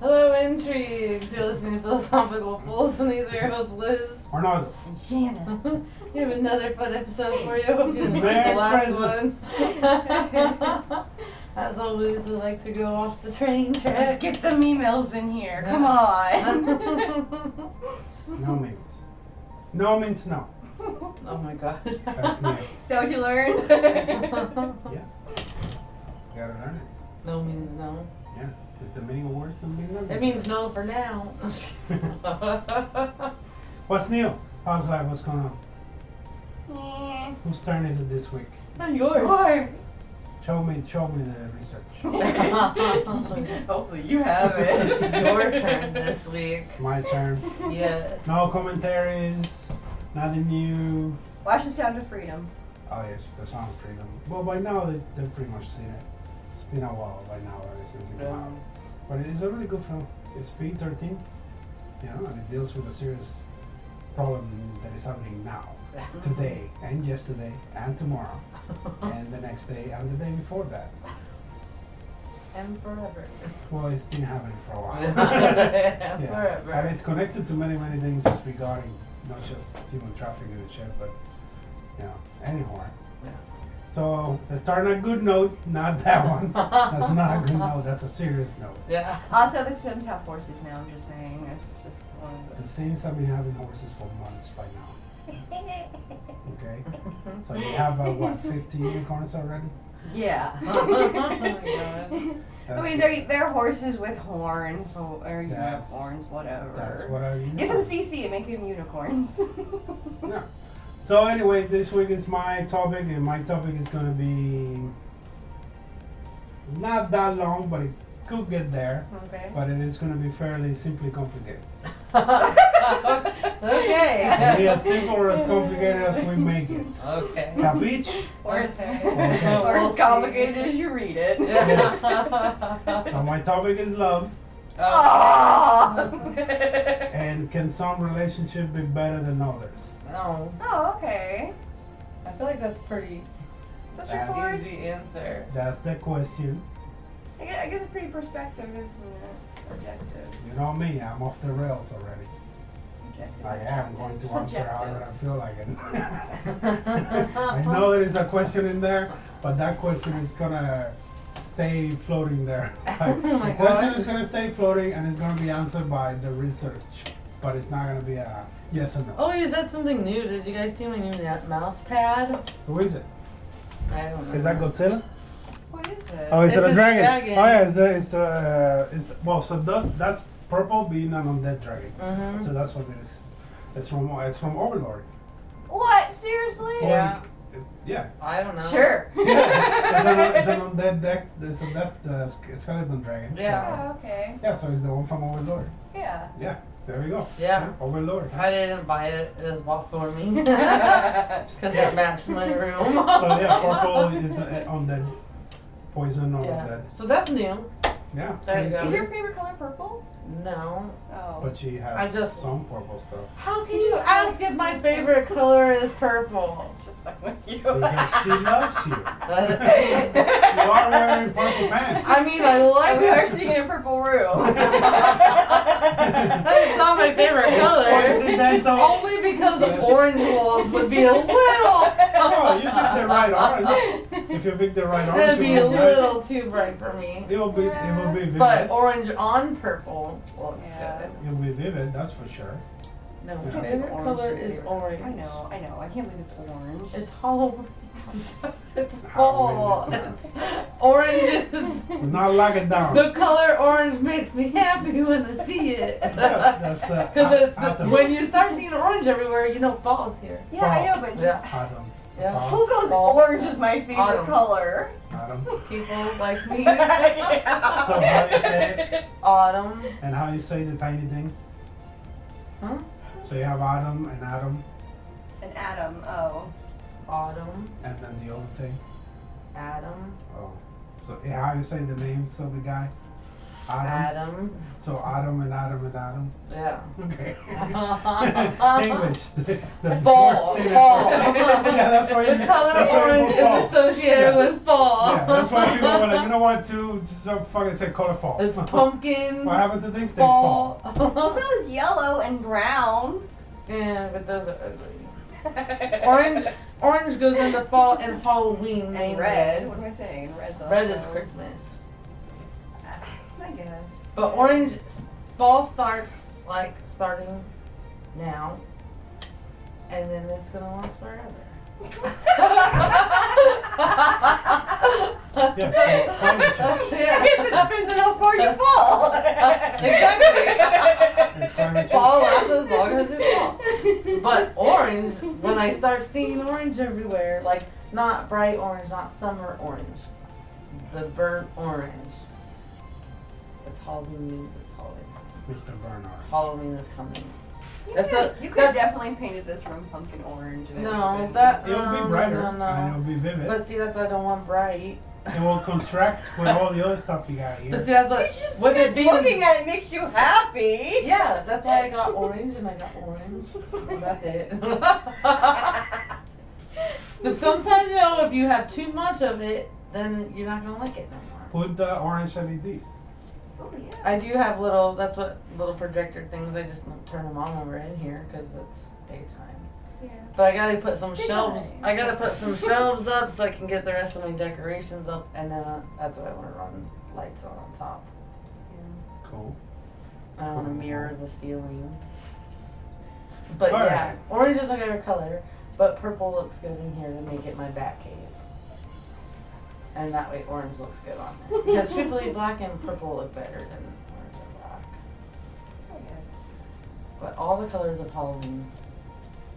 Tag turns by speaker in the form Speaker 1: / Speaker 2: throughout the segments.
Speaker 1: Hello, intrigues. You're listening to Philosophical Fools, and these are your hosts, Liz.
Speaker 2: Or no,
Speaker 3: And Shannon.
Speaker 1: we have another fun episode for you. Hope you enjoyed the
Speaker 2: Merry
Speaker 1: last
Speaker 2: Christmas.
Speaker 1: one. As always, we like to go off the train
Speaker 3: Let's
Speaker 1: track.
Speaker 3: get some emails in here. Come on.
Speaker 1: oh
Speaker 2: no means. No means no.
Speaker 1: Oh my god.
Speaker 2: That's me.
Speaker 3: Is that what you learned?
Speaker 2: You gotta learn it.
Speaker 1: no means no.
Speaker 2: Because the many awards the many numbers.
Speaker 1: It means no for now.
Speaker 2: What's new? How's life? What's going on?
Speaker 3: Yeah.
Speaker 2: Whose turn is it this week?
Speaker 1: Not yours.
Speaker 3: Or-
Speaker 2: Show me, show me the research.
Speaker 3: Hopefully you have
Speaker 1: It's
Speaker 3: it.
Speaker 1: your turn this week.
Speaker 2: My turn.
Speaker 1: Yes.
Speaker 2: No commentaries. Nothing new.
Speaker 3: Watch the sound of freedom.
Speaker 2: Oh yes, the song Freedom. Well, by now they they have pretty much seen it. It's been a while by now ever since it came out.
Speaker 1: Um,
Speaker 2: But it is a really good film. It's PG-13, you know, and it deals with a serious problem that is happening now, today, and yesterday, and tomorrow, and the next day, and the day before that.
Speaker 1: and forever.
Speaker 2: Well, it's been happening for a while.
Speaker 1: and
Speaker 2: yeah.
Speaker 1: forever.
Speaker 2: And it's connected to many, many things regarding not just human trafficking and shit, but you know, anywhere.
Speaker 1: Yeah.
Speaker 2: So let's start on a good note, not that one. That's not a good note, that's a serious note.
Speaker 1: yeah.
Speaker 3: Also, the Sims have horses now. I'm just saying. It's just one of
Speaker 2: The Sims have been having horses for months by now,
Speaker 3: those.
Speaker 2: okay? So you have uh, what, 50 unicorns already?
Speaker 3: yeah.
Speaker 2: That's
Speaker 1: Oh my
Speaker 3: I mean,
Speaker 2: good.
Speaker 3: they're, they're horses with horns, or or you have
Speaker 2: That's-
Speaker 3: horns, whatever.
Speaker 2: That's what I.
Speaker 3: Get some CC and make them unicorns.
Speaker 2: So anyway, this week is my topic, and my topic is gonna be not that long, but it could get there.
Speaker 3: okay.
Speaker 2: But it is gonna be fairly simply complicated.
Speaker 1: okay.
Speaker 2: be as simple or as complicated as we make it.
Speaker 1: Okay.
Speaker 2: Capiche?
Speaker 3: Or as,
Speaker 2: Okay.
Speaker 3: or
Speaker 1: We'll
Speaker 3: as
Speaker 1: see.
Speaker 3: complicated as you read it.
Speaker 2: Yes. So
Speaker 1: Oh.
Speaker 2: my topic is love,
Speaker 1: Ah.
Speaker 3: oh.
Speaker 2: and can some relationship be better than others?
Speaker 1: No.
Speaker 3: oh, okay.
Speaker 1: I feel like that's pretty
Speaker 3: So
Speaker 2: That
Speaker 3: straightforward.
Speaker 1: easy answer.
Speaker 2: That's the question.
Speaker 3: I guess, I guess it's pretty perspective, isn't it? Objective.
Speaker 2: You know me, I'm off the rails already.
Speaker 3: Objective.
Speaker 2: I am going to answer however I feel like it. I
Speaker 1: I
Speaker 2: know there is a question in there, but that question is gonna stay floating there.
Speaker 1: Oh my
Speaker 2: the question
Speaker 1: God.
Speaker 2: is gonna stay floating and it's gonna be answered by the research, but it's not gonna be a yes or no.
Speaker 1: Oh, you said something new. Did you guys see my new na- mouse pad?
Speaker 2: Who is it?
Speaker 1: I don't know.
Speaker 2: Is that Godzilla?
Speaker 3: What is it?
Speaker 2: Oh, is it
Speaker 1: It's
Speaker 2: a
Speaker 1: a
Speaker 2: dragon?
Speaker 1: dragon.
Speaker 2: Oh yeah, it's the it's the uh, it's the, well. So that's that's purple being an undead dragon.
Speaker 1: Mm-hmm.
Speaker 2: So that's what it is. It's from it's from Overlord.
Speaker 3: What? Seriously?
Speaker 2: Or
Speaker 1: Yeah.
Speaker 2: It's yeah.
Speaker 1: I don't know.
Speaker 3: Sure.
Speaker 2: yeah, it's, an, it's an undead deck. It's a death uh, sk- skeleton dragon.
Speaker 1: Yeah.
Speaker 3: Oh, okay.
Speaker 2: So, yeah, so it's the one from Overlord.
Speaker 3: Yeah.
Speaker 2: There we go.
Speaker 1: Yeah.
Speaker 2: Overlord.
Speaker 1: I didn't buy it. It was bought for me.
Speaker 3: That's
Speaker 1: Because it matched my room.
Speaker 2: so Oh, yeah, purple is uh, undead, poison or
Speaker 1: Yeah.
Speaker 2: undead.
Speaker 1: So that's new.
Speaker 2: Yeah.
Speaker 1: There you
Speaker 2: pretty
Speaker 1: go.
Speaker 3: Is
Speaker 2: sweet.
Speaker 3: your favorite color purple?
Speaker 1: No.
Speaker 3: Oh.
Speaker 2: But she
Speaker 1: I
Speaker 2: has
Speaker 1: just-
Speaker 2: some purple stuff.
Speaker 1: How
Speaker 3: You just like-
Speaker 1: color is purple?
Speaker 3: Just fuck with you.
Speaker 2: Because she loves you.
Speaker 1: I
Speaker 2: You are wearing purple pants.
Speaker 1: mean, I like
Speaker 3: we are
Speaker 1: it.
Speaker 3: sitting in a purple room.
Speaker 1: That's not my favorite color.
Speaker 2: Coincidental.
Speaker 1: Only because the
Speaker 2: Yes.
Speaker 1: orange walls would be a little.
Speaker 2: Oh, you picked the right orange. If you pick the right orange,
Speaker 1: That'd be a
Speaker 2: you will like
Speaker 1: little too bright for me.
Speaker 2: it. It will be. It will be vivid.
Speaker 1: But orange on purple looks
Speaker 3: Yeah.
Speaker 1: good.
Speaker 2: It will be vivid. That's for sure.
Speaker 1: No,
Speaker 2: Yeah.
Speaker 1: my favorite
Speaker 3: Orange
Speaker 1: color
Speaker 3: is
Speaker 1: is
Speaker 3: favorite.
Speaker 1: orange.
Speaker 3: I know, I know. I can't believe it's orange.
Speaker 1: It's Halloween. it's fall.
Speaker 2: Halloween, isn't
Speaker 1: It's- orange is
Speaker 2: Do not lock it down.
Speaker 1: the color orange makes me happy when I see it.
Speaker 2: Yeah, that's, uh,
Speaker 1: Because
Speaker 2: a- atom.
Speaker 1: when you start seeing orange everywhere, you know fall's here.
Speaker 3: yeah, I know, but just,
Speaker 1: Yeah.
Speaker 2: Adam.
Speaker 1: Yeah.
Speaker 3: who goes
Speaker 1: Fall.
Speaker 3: orange is my favorite
Speaker 1: Autumn.
Speaker 3: color?
Speaker 2: Adam.
Speaker 1: People like me.
Speaker 3: Yeah.
Speaker 2: So how do you say it?
Speaker 1: Autumn.
Speaker 2: And how you say the tiny thing?
Speaker 1: Huh?
Speaker 2: So you have Adam and Adam,
Speaker 3: An atom. Oh.
Speaker 1: Autumn.
Speaker 2: and then the other thing. eh,
Speaker 1: Adam.
Speaker 2: Oh. So yeah, how you say the names of the guy? Adam.
Speaker 1: Adam.
Speaker 2: So Adam and Adam and Adam.
Speaker 1: Yeah.
Speaker 2: Okay. English. The, the
Speaker 1: Ball,
Speaker 2: fourth syllable.
Speaker 1: ball.
Speaker 2: yeah, that's why.
Speaker 1: The color
Speaker 2: that's why
Speaker 1: orange
Speaker 2: people fall.
Speaker 1: is associated
Speaker 2: Yeah.
Speaker 1: with fall.
Speaker 2: Yeah, that's why people were like, you know what? To so fucking say color fall.
Speaker 1: It's pumpkin.
Speaker 2: what happened to things? They
Speaker 1: fall.
Speaker 2: fall.
Speaker 3: Also, it's yellow and brown.
Speaker 1: yeah, but those are ugly. Orange, orange goes into fall and Halloween. mainly.
Speaker 3: and red. What am I saying? And red's also.
Speaker 1: Red is Christmas.
Speaker 3: I guess.
Speaker 1: But orange, fall starts like starting now, and then it's gonna last forever.
Speaker 2: Yeah, climate change.
Speaker 3: I guess it depends on how far you fall.
Speaker 1: Exactly.
Speaker 2: It's climate change.
Speaker 1: Fall lasts as long as it falls. But orange, when I start seeing orange everywhere, like not bright orange, not summer orange, the burnt orange. It's Halloween means it's Halloween.
Speaker 2: Mr. Bernard.
Speaker 1: Halloween is coming.
Speaker 3: You
Speaker 1: That's
Speaker 3: could,
Speaker 1: a-
Speaker 3: you could
Speaker 1: that's-
Speaker 3: definitely painted this room pumpkin orange. and it
Speaker 1: No,
Speaker 3: would've been-
Speaker 2: It
Speaker 1: that-
Speaker 2: will
Speaker 1: Um,
Speaker 2: be brighter
Speaker 1: no, no.
Speaker 2: and it will be vivid.
Speaker 1: But see, that's why I don't want bright.
Speaker 2: it will contract with all the other stuff you got
Speaker 1: But
Speaker 2: here.
Speaker 1: see, that's
Speaker 3: You
Speaker 1: what.
Speaker 3: just
Speaker 1: Would it be?
Speaker 3: looking at it makes you happy.
Speaker 1: Yeah, that's why I got orange and I got orange. That's it. but sometimes, you know, if you have too much of it, then you're not gonna like it no more.
Speaker 2: Put the orange E LEDs.
Speaker 3: Oh, yeah.
Speaker 1: I do have little. That's what little projector things. I just don't turn them on when we're in here because it's daytime.
Speaker 3: Yeah.
Speaker 1: But I gotta put some
Speaker 3: Daytime.
Speaker 1: shelves. I gotta put some shelves up so I can get the rest of my decorations up, and then uh, that's what I want to run lights on on top.
Speaker 2: Cool.
Speaker 1: I want to mirror the ceiling. But
Speaker 2: All
Speaker 1: yeah,
Speaker 2: right.
Speaker 1: orange is my favorite color, but purple looks good in here to make it my bat cave. And that way, orange looks good on there. Because truthfully, black and purple look better than orange and black.
Speaker 3: Oh, yeah.
Speaker 1: But all the colors of Halloween,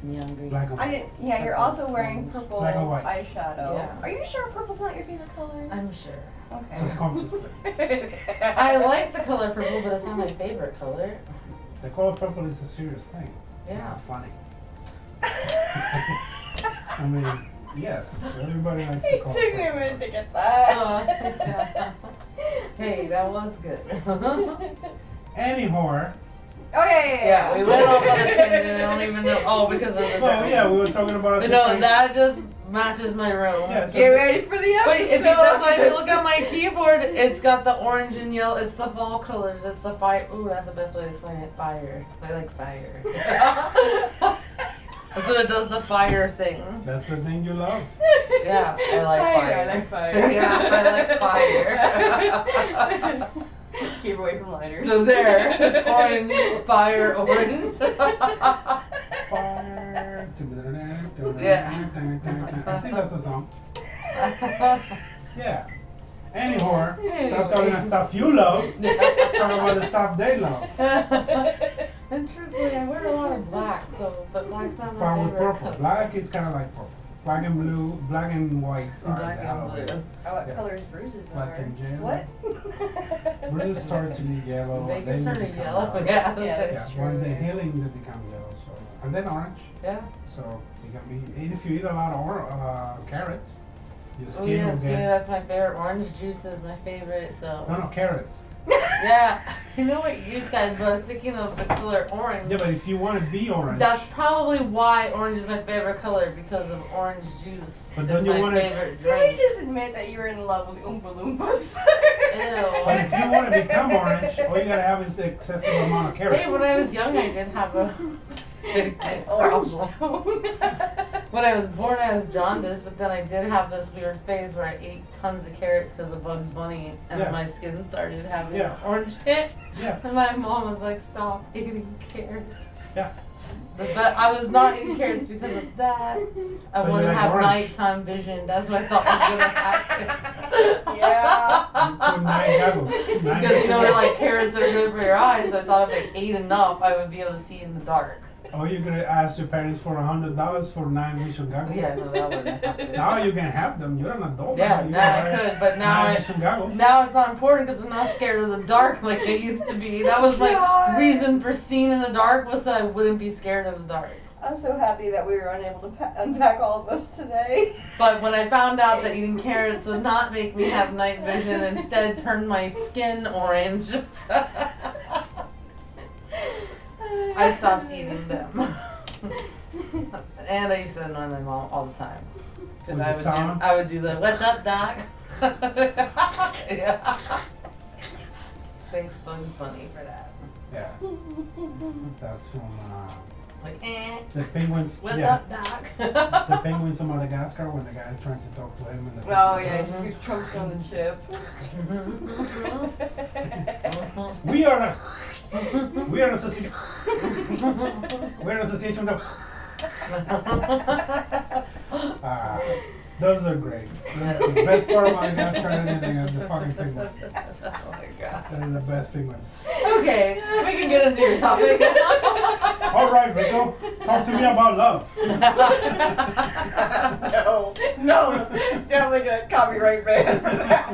Speaker 1: neon green.
Speaker 2: Black and
Speaker 3: I
Speaker 2: white.
Speaker 3: didn't, yeah, you're also wearing purple
Speaker 2: Black and white.
Speaker 3: eyeshadow.
Speaker 1: Yeah.
Speaker 3: Are you sure purple's not your favorite color?
Speaker 1: I'm sure.
Speaker 2: Subconsciously.
Speaker 3: Okay.
Speaker 1: I like the color purple, but it's not my favorite color.
Speaker 2: The color purple is a serious thing.
Speaker 1: Yeah.
Speaker 2: Not funny. I mean, yes, everybody likes the
Speaker 3: It
Speaker 2: color
Speaker 3: took me a
Speaker 2: purple.
Speaker 3: minute to get
Speaker 1: Uh,
Speaker 3: that.
Speaker 1: hey, that was good.
Speaker 2: Any horror.
Speaker 3: Oh yeah, yeah, yeah.
Speaker 1: yeah, we went off on a tangent. I don't even know. Oh, because of the.
Speaker 2: Well, yeah, we were talking about. the
Speaker 1: But no,
Speaker 2: thing.
Speaker 1: that just matches my room.
Speaker 2: Yeah, so
Speaker 3: Get ready for the episode.
Speaker 1: But if you, that's why if you look at my keyboard, it's got the orange and yellow. It's the fall colors. It's the fire. Ooh, that's the best way to explain it. Fire. I like fire. that's what it does. The fire thing.
Speaker 2: That's the thing you love.
Speaker 1: Yeah, I like fire.
Speaker 3: I like fire.
Speaker 1: Yeah, I like
Speaker 3: fire. Keep away from lighters.
Speaker 1: So there, orange, fire, orange.
Speaker 2: Fire.
Speaker 1: Yeah.
Speaker 2: I think that's the song. Yeah. Any horror. Stop talking about
Speaker 1: Anyways.
Speaker 2: stuff you love. Talk about the stuff they love.
Speaker 1: and truthfully, I wear a lot of black, so but black's not my
Speaker 2: Far with
Speaker 1: favorite
Speaker 2: purple.
Speaker 1: color.
Speaker 2: Black is kind of like purple. Black and blue, black and white. are
Speaker 1: Black
Speaker 2: the
Speaker 1: and blue.
Speaker 2: Halloween.
Speaker 3: Oh, what
Speaker 2: Yeah.
Speaker 3: colors bruises
Speaker 2: Black
Speaker 3: are?
Speaker 2: and yellow.
Speaker 3: What?
Speaker 2: Bruises start to be yellow.
Speaker 1: They
Speaker 2: then
Speaker 1: can turn
Speaker 2: they
Speaker 1: it
Speaker 2: become
Speaker 1: yellow. Yeah,
Speaker 3: Yeah,
Speaker 1: that's
Speaker 2: Yeah,
Speaker 1: true.
Speaker 2: when they're healing, they become yellow. So. And then orange.
Speaker 1: Yeah.
Speaker 2: So you can be, and if you eat a lot of or, uh, carrots, your
Speaker 1: Oh,
Speaker 2: skin
Speaker 1: yeah,
Speaker 2: will
Speaker 1: see,
Speaker 2: get.
Speaker 1: that's my favorite. Orange juice is my favorite,
Speaker 2: No,
Speaker 1: so.
Speaker 2: no, carrots.
Speaker 1: Yeah, I know what you said, but I was thinking of the color orange.
Speaker 2: Yeah, but if you want to be orange,
Speaker 1: That's probably why orange is my favorite color because of orange juice.
Speaker 2: But
Speaker 1: It's
Speaker 2: don't you
Speaker 1: my
Speaker 2: wanna-
Speaker 1: favorite
Speaker 3: Can we
Speaker 1: drink.
Speaker 3: just admit that you were in love with Oompa Loompas?
Speaker 2: but if you want to become orange, all you gotta have is the excessive amount of carrots.
Speaker 1: Hey, when I was young, I did have a big
Speaker 3: An orange
Speaker 1: problem.
Speaker 3: tone.
Speaker 1: When I was born, I was jaundiced, but then I did have this weird phase where I ate tons of carrots because of Bugs Bunny, and
Speaker 2: Yeah.
Speaker 1: my skin started having
Speaker 2: Yeah.
Speaker 1: an orange tint.
Speaker 2: Yeah.
Speaker 1: And my mom was like, "Stop eating carrots."
Speaker 2: Yeah.
Speaker 1: But, but I was not eating carrots because of that. I
Speaker 2: But you
Speaker 1: want to
Speaker 2: like
Speaker 1: have
Speaker 2: orange.
Speaker 1: nighttime vision. That's what I thought was gonna happen.
Speaker 3: Yeah.
Speaker 2: You put nine goggles, nine
Speaker 1: Because you know,
Speaker 2: goggles.
Speaker 1: like carrots are good for your eyes. I thought if I ate enough, I would be able to see in the dark.
Speaker 2: Or you could ask your parents for a hundred dollars for nine vision goggles.
Speaker 1: Yeah, no, that wouldn't happen.
Speaker 2: Now you can have them. You're an adult.
Speaker 1: Yeah,
Speaker 2: you
Speaker 1: now
Speaker 2: can
Speaker 1: I
Speaker 2: have
Speaker 1: could, but now
Speaker 2: nine
Speaker 1: I
Speaker 2: vision goggles.
Speaker 1: now it's not important because I'm not scared of the dark like I used to be. That was my
Speaker 3: God.
Speaker 1: reason for seeing in the dark was that I wouldn't be scared of the dark.
Speaker 3: I'm so happy that we were unable to pa- unpack all of this today.
Speaker 1: But when I found out that eating carrots would not make me have night vision, instead turned my skin orange, I
Speaker 3: I
Speaker 1: stopped eating them. and I used to annoy my mom all the time. Because
Speaker 2: With
Speaker 1: I,
Speaker 2: the
Speaker 1: would
Speaker 2: sound?
Speaker 1: do- I would do the, what's up, Doc? yeah. Thanks, Bug Bunny, for that.
Speaker 2: Yeah, that's from uh,
Speaker 1: Like, eh,
Speaker 2: the penguins.
Speaker 1: what's
Speaker 2: yeah,
Speaker 1: up, Doc?
Speaker 2: the penguins in Madagascar when the guy is trying to talk to him and the
Speaker 3: Oh
Speaker 2: penguin
Speaker 3: yeah,
Speaker 2: says,
Speaker 3: you trumped on the chip.
Speaker 2: We are a, we are an association. we are an association of. Ah, those are great. That's the best part of Madagascar and anything is the fucking penguins.
Speaker 1: oh my god.
Speaker 2: They're the best penguins.
Speaker 1: Okay, we can get into your topic.
Speaker 2: All right, Rico, talk to me about love.
Speaker 3: no, no, definitely gonna copyright ban for that.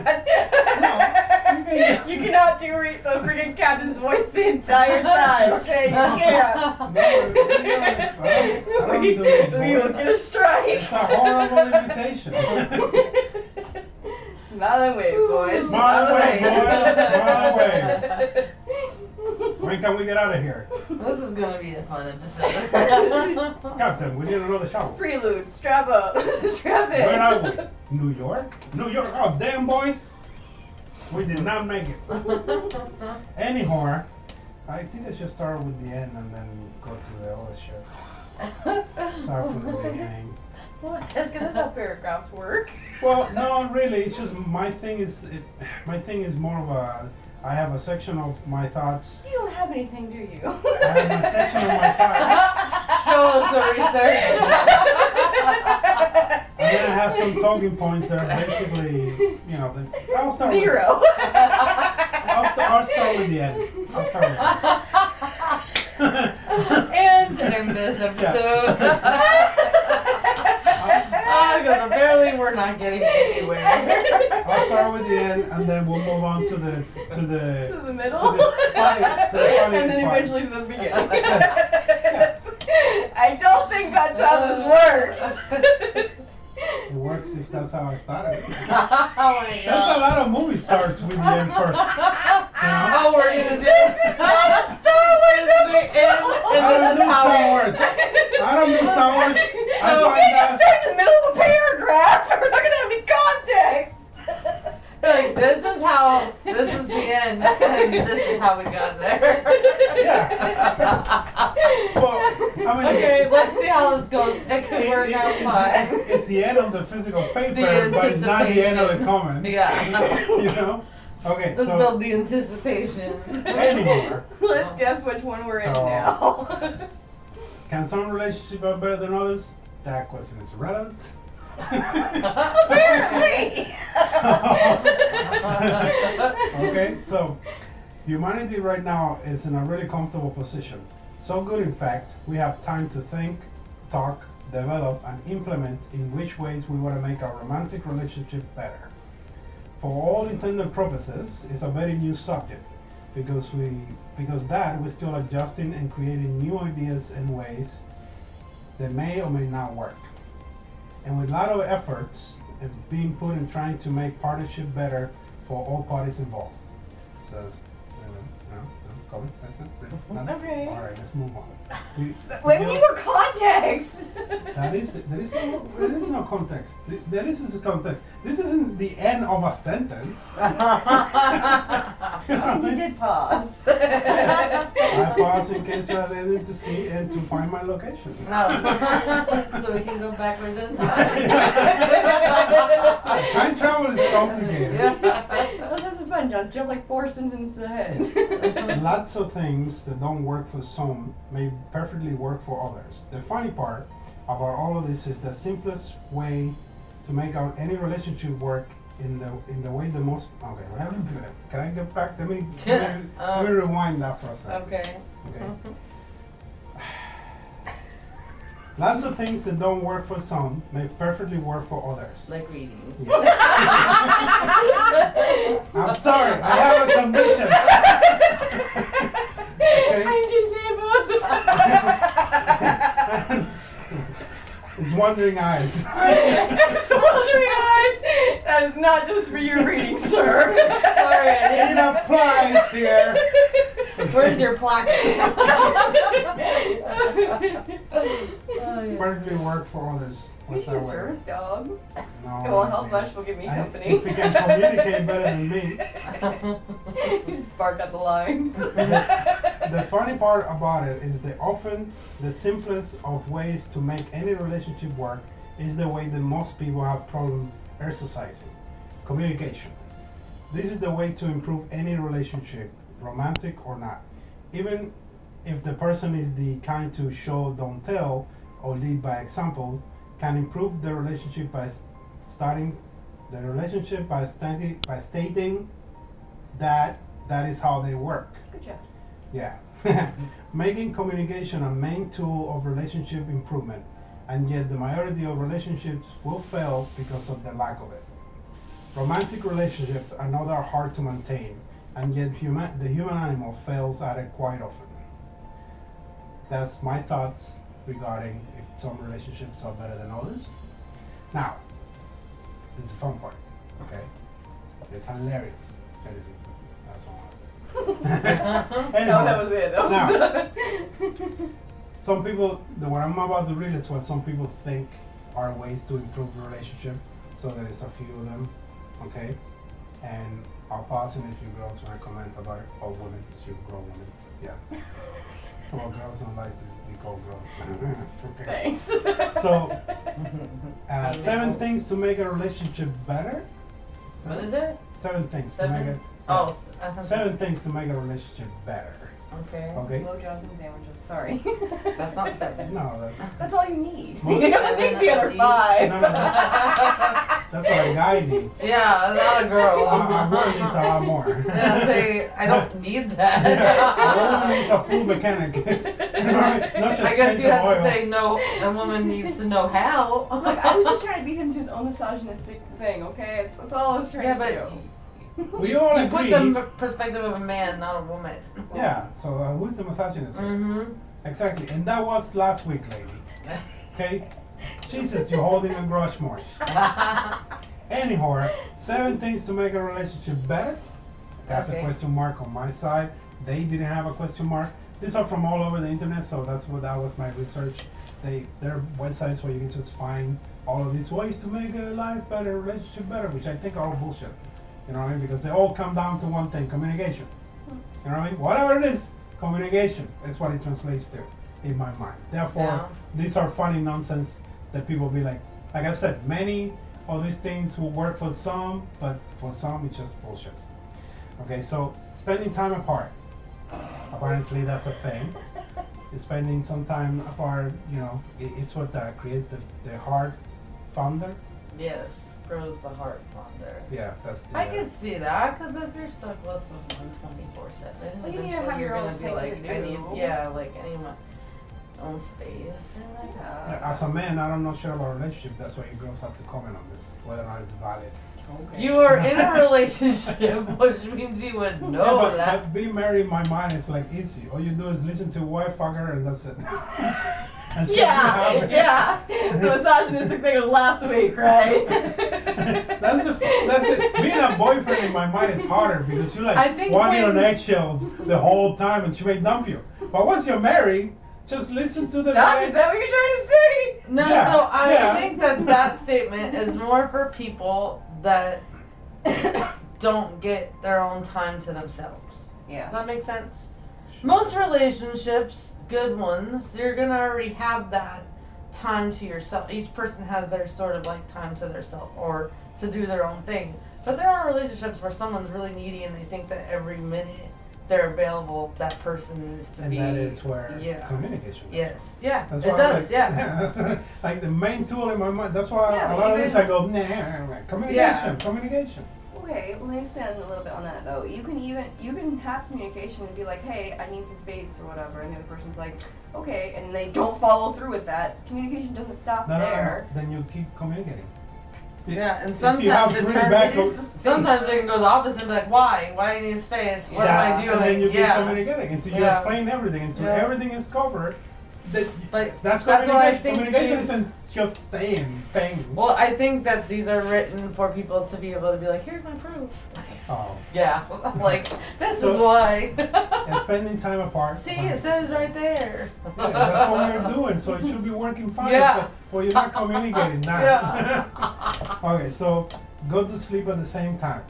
Speaker 3: you cannot do re- the freaking captain's voice the entire time. Okay, you can't.
Speaker 2: No, no, no, I don't, I don't do it.
Speaker 3: we will get a strike.
Speaker 2: It's a horrible imitation.
Speaker 3: Smile and wave, boys.
Speaker 2: Smile and wave, boys. Smile
Speaker 3: and
Speaker 2: when can we get out of here?
Speaker 1: This is gonna be a fun episode.
Speaker 2: Captain, we need another shower.
Speaker 3: Prelude, strap up, strap in.
Speaker 2: Where are we? New York? New York? Oh, damn, boys. We did not make it. Anyhow, I think I should start with the end and then go to the other show. Start from the beginning.
Speaker 3: That's gonna how paragraphs work.
Speaker 2: Well, no, really, it's just my thing is it, my thing is more of a. I have a section of my thoughts.
Speaker 3: You don't have anything, do you?
Speaker 2: I have a section of my thoughts,
Speaker 1: Show us the research.
Speaker 2: and then I have some talking points that are basically, you know, the, I'll start With,
Speaker 3: Zero.
Speaker 2: I'll, st- I'll start with the end. I'll start with. The end.
Speaker 1: and in this episode, I'm gonna barely Oh, we're not getting anywhere. Oh
Speaker 2: I'll start with the end, and then we'll move on to the to
Speaker 3: to
Speaker 2: the.
Speaker 3: the middle,
Speaker 2: To the funny- to the funniest
Speaker 3: and then
Speaker 2: part.
Speaker 3: eventually to the beginning. I don't think that's how this works.
Speaker 2: It works if that's how I started.
Speaker 1: oh my
Speaker 2: That's how a
Speaker 1: god.
Speaker 2: lot of movie starts with the end first.
Speaker 1: Oh, we're gonna do
Speaker 3: This is not a Star Wars
Speaker 1: This is
Speaker 2: I don't do Star Wars. I don't do
Speaker 3: I
Speaker 2: Star Wars. I
Speaker 1: Oh,
Speaker 2: find
Speaker 3: just
Speaker 2: out.
Speaker 3: start in the middle of a paragraph. We're not gonna have any context.
Speaker 1: Like, this is how this is the end, and this is how we got there.
Speaker 2: Yeah. Well, I mean,
Speaker 1: okay, let's see how this goes. It
Speaker 2: it-
Speaker 1: could work
Speaker 2: it-
Speaker 1: out
Speaker 2: it's,
Speaker 1: fine.
Speaker 2: it's- it's the end of the physical paper, but it's not the end of the
Speaker 1: anticipation.
Speaker 2: comments.
Speaker 1: Yeah.
Speaker 2: you know. Okay.
Speaker 1: Let's
Speaker 2: so
Speaker 1: build the anticipation.
Speaker 2: anymore,
Speaker 3: Let's guess which one we're in
Speaker 2: So-
Speaker 3: now.
Speaker 2: can some relationships are better than others? That question is relevant.
Speaker 3: Apparently.
Speaker 2: okay, so humanity right now is in a really comfortable position. So good, in fact, we have time to think, talk, develop, and implement in which ways we want to make our romantic relationship better. For all intended purposes, it's a very new subject because we because that we're still adjusting and creating new ideas and ways that may or may not work. And with a lot of efforts, it's being put in trying to make partnership better for all parties involved. So, that's- uh, no, no comments? That's it? Really? None?
Speaker 3: Okay.
Speaker 2: All right, let's move on. You-
Speaker 3: Wait,
Speaker 2: you
Speaker 3: we
Speaker 2: know,
Speaker 3: were context.
Speaker 2: that is, there is no, there is no context. Th- There is this context. This isn't the end of a sentence. You know what I
Speaker 3: you
Speaker 2: mean?
Speaker 3: did pause.
Speaker 2: I pause in case you are ready to see and to find my location.
Speaker 1: No. Oh. so we can go backwards and
Speaker 2: Time travel is complicated.
Speaker 3: Let's have some fun, John. Jump like four sentences ahead.
Speaker 2: Lots of things that don't work for some may perfectly work for others. The funny part about all of this is the simplest way to make out any relationship work in the in the way the most okay. Can I get back? Let me let me, let me rewind that for a second.
Speaker 3: okay.
Speaker 2: Okay. Lots of things that don't work for some may perfectly work for others.
Speaker 1: Like reading.
Speaker 2: Yeah. I'm sorry, I have a condition.
Speaker 3: I'm disabled.
Speaker 2: wandering eyes.
Speaker 3: Wandering eyes. That is not just for your reading, sir.
Speaker 1: Sorry.
Speaker 2: Enough flies here.
Speaker 1: Where's your plaque?
Speaker 2: Perfectly work for others.
Speaker 3: We
Speaker 2: What's
Speaker 3: should
Speaker 2: that
Speaker 3: a service
Speaker 2: word?
Speaker 3: dog.
Speaker 2: No,
Speaker 3: It will
Speaker 2: I
Speaker 3: help
Speaker 2: mean,
Speaker 3: Ash will give me
Speaker 2: I-
Speaker 3: company.
Speaker 2: If he can communicate better than me.
Speaker 3: He's bark at the lines.
Speaker 2: The funny part about it is that often the simplest of ways to make any relationship work is the way that most people have problem exercising communication. This is the way to improve any relationship, romantic or not. Even if the person is the kind to show, don't tell, or lead by example, can improve the relationship by s- starting the relationship by, stati- by stating that that is how they work.
Speaker 3: Good job.
Speaker 2: Yeah. Making communication a main tool of relationship improvement, and yet the majority of relationships will fail because of the lack of it. Romantic relationships are not that hard to maintain, and yet human, the human animal fails at it quite often. That's my thoughts regarding if some relationships are better than others. Now, it's a fun part, okay? It's hilarious. That is it. That's all I said.
Speaker 3: No, that was it. That was
Speaker 2: some people the what i'm about to read is what some people think are ways to improve the relationship so there's a few of them okay and i'll pause and if you girls want to comment about it or women it's you girl women yeah well girls don't like to be called girls okay
Speaker 3: Thanks.
Speaker 2: So- uh, seven things to make a relationship better
Speaker 1: what is it?
Speaker 2: seven things to make
Speaker 1: Seven?
Speaker 2: it
Speaker 1: Oh, s- uh,
Speaker 2: seven things to make a relationship better
Speaker 1: Okay.
Speaker 2: okay
Speaker 3: Blowjobs and sandwiches. Sorry.
Speaker 1: That's not seven.
Speaker 2: no that's
Speaker 3: That's all you need.
Speaker 2: Well,
Speaker 3: you don't need the other five.
Speaker 2: No, no, that's what a guy needs
Speaker 1: Yeah, not a girl.
Speaker 2: a girl needs a lot more
Speaker 1: Yeah, say, I don't need that.
Speaker 2: Yeah, a woman needs a full mechanic. It's- Not just
Speaker 1: I guess
Speaker 2: change
Speaker 1: you
Speaker 2: of
Speaker 1: have to
Speaker 2: oil.
Speaker 1: say no. The woman needs to know how.
Speaker 3: Look, I was just trying to beat him to his own misogynistic thing, okay? That's, that's all I was trying
Speaker 1: yeah,
Speaker 3: to
Speaker 1: but
Speaker 3: do.
Speaker 2: We all
Speaker 1: you put
Speaker 2: agree.
Speaker 1: the m- perspective of a man, not a woman.
Speaker 2: Yeah. So uh, who's the misogynist? here?
Speaker 1: Mm-hmm.
Speaker 2: Exactly. And that was last week, lady. Okay. Jesus, you're holding a grudge more. Anyhow, seven things to make a relationship better. That's
Speaker 3: Okay.
Speaker 2: a question mark on my side. They didn't have a question mark. These are from all over the internet, so that's what that was my research. They there are websites where you can just find all of these ways to make a life better, relationship better, which I think are all bullshit. You know what I mean? Because they all come down to one thing: communication.
Speaker 1: Hmm.
Speaker 2: You know what I mean? Whatever it is, communication. That's what it translates to in my mind. Therefore,
Speaker 1: Yeah.
Speaker 2: these are funny nonsense that people be like, like I said, many of these things will work for some, but for some it's just bullshit. Okay, so spending time apart. Apparently, that's a thing. Spending some time apart, you know, i it's what uh, creates the, the heart fonder.
Speaker 1: Yes, grows the heart fonder.
Speaker 2: Yeah, that's the.
Speaker 1: I
Speaker 2: uh,
Speaker 1: can see that because if you're stuck with someone 24 7,
Speaker 3: Well, you need to
Speaker 1: eventually
Speaker 3: have
Speaker 1: you're
Speaker 3: your own
Speaker 1: gonna be
Speaker 3: thing
Speaker 1: like,
Speaker 3: to
Speaker 1: I
Speaker 3: do.
Speaker 1: need, yeah, like I need my own space. And I guess-
Speaker 3: Yeah.
Speaker 2: As a man, I don't know sure about relationship. That's why you girls have to comment on this, whether or not it's valid.
Speaker 3: Okay.
Speaker 1: You are in a relationship, which means you would
Speaker 2: yeah,
Speaker 1: know
Speaker 2: but,
Speaker 1: that.
Speaker 2: but being married in my mind is like easy. All you do is listen to wife fucker and that's it. And she'll be
Speaker 3: Yeah,
Speaker 2: happy.
Speaker 3: yeah. The misogynistic thing of last week, right?
Speaker 2: that's the that's it. Being a boyfriend in my mind is harder because you're
Speaker 1: I
Speaker 2: like
Speaker 1: think
Speaker 2: walking on
Speaker 1: when-
Speaker 2: eggshells the whole time, and she may dump you. But once you're married, just listen to the
Speaker 3: Stop, is
Speaker 2: guy.
Speaker 3: that what you're trying to say?
Speaker 1: No,
Speaker 2: Yeah,
Speaker 1: so I
Speaker 2: yeah.
Speaker 1: think that that statement is more for people that don't get their own time to themselves. Does
Speaker 3: Yeah.
Speaker 1: that make sense? Most relationships, good ones, you're gonna already have that time to yourself. Each person has their sort of like time to themselves or to do their own thing. But there are relationships where someone's really needy and they think that every minute they're available, that person is to
Speaker 2: and
Speaker 1: be.
Speaker 2: that is where
Speaker 1: yeah.
Speaker 2: communication. is.
Speaker 1: Yes. Yeah.
Speaker 2: That's
Speaker 1: it
Speaker 2: why
Speaker 1: does.
Speaker 2: Like,
Speaker 1: yeah.
Speaker 2: that's like the main tool in my mind. That's why
Speaker 3: Yeah,
Speaker 2: a lot of
Speaker 3: even-
Speaker 2: this I go nah, nah, nah. communication,
Speaker 1: Yeah.
Speaker 2: communication.
Speaker 3: Okay, let me expand a little bit on that though. You can even you can have communication and be like, hey, I need some space or whatever, and the other person's like, okay, and they don't follow through with that. Communication doesn't stop
Speaker 2: No, no, no,
Speaker 3: there.
Speaker 2: Then you keep communicating.
Speaker 1: Yeah. And
Speaker 2: if you have
Speaker 1: sometimes it
Speaker 2: really
Speaker 1: turns.
Speaker 2: bad
Speaker 3: It
Speaker 2: co-
Speaker 3: is the
Speaker 1: Sometimes it can go the opposite. and be Like, why? Why do you need space? What
Speaker 2: yeah,
Speaker 1: am I doing?
Speaker 2: And then you keep
Speaker 1: yeah.
Speaker 2: communicating until you
Speaker 1: Yeah.
Speaker 2: explain everything, until
Speaker 1: Yeah.
Speaker 2: everything is covered, That,
Speaker 1: But
Speaker 2: that's,
Speaker 1: that's what I
Speaker 2: communication.
Speaker 1: think
Speaker 2: Communication
Speaker 1: is-
Speaker 2: isn't just saying things.
Speaker 1: Well, I think that these are written for people to be able to be like, here's my proof.
Speaker 2: Oh,
Speaker 1: Yeah, like this is
Speaker 2: So-
Speaker 1: why.
Speaker 2: and spending time apart.
Speaker 1: See, it says right there.
Speaker 2: Yeah, that's what we're doing, so it should be working fine.
Speaker 1: Yeah.
Speaker 2: But, well, you're not communicating now.
Speaker 1: Yeah.
Speaker 2: okay, so go to sleep at the same time.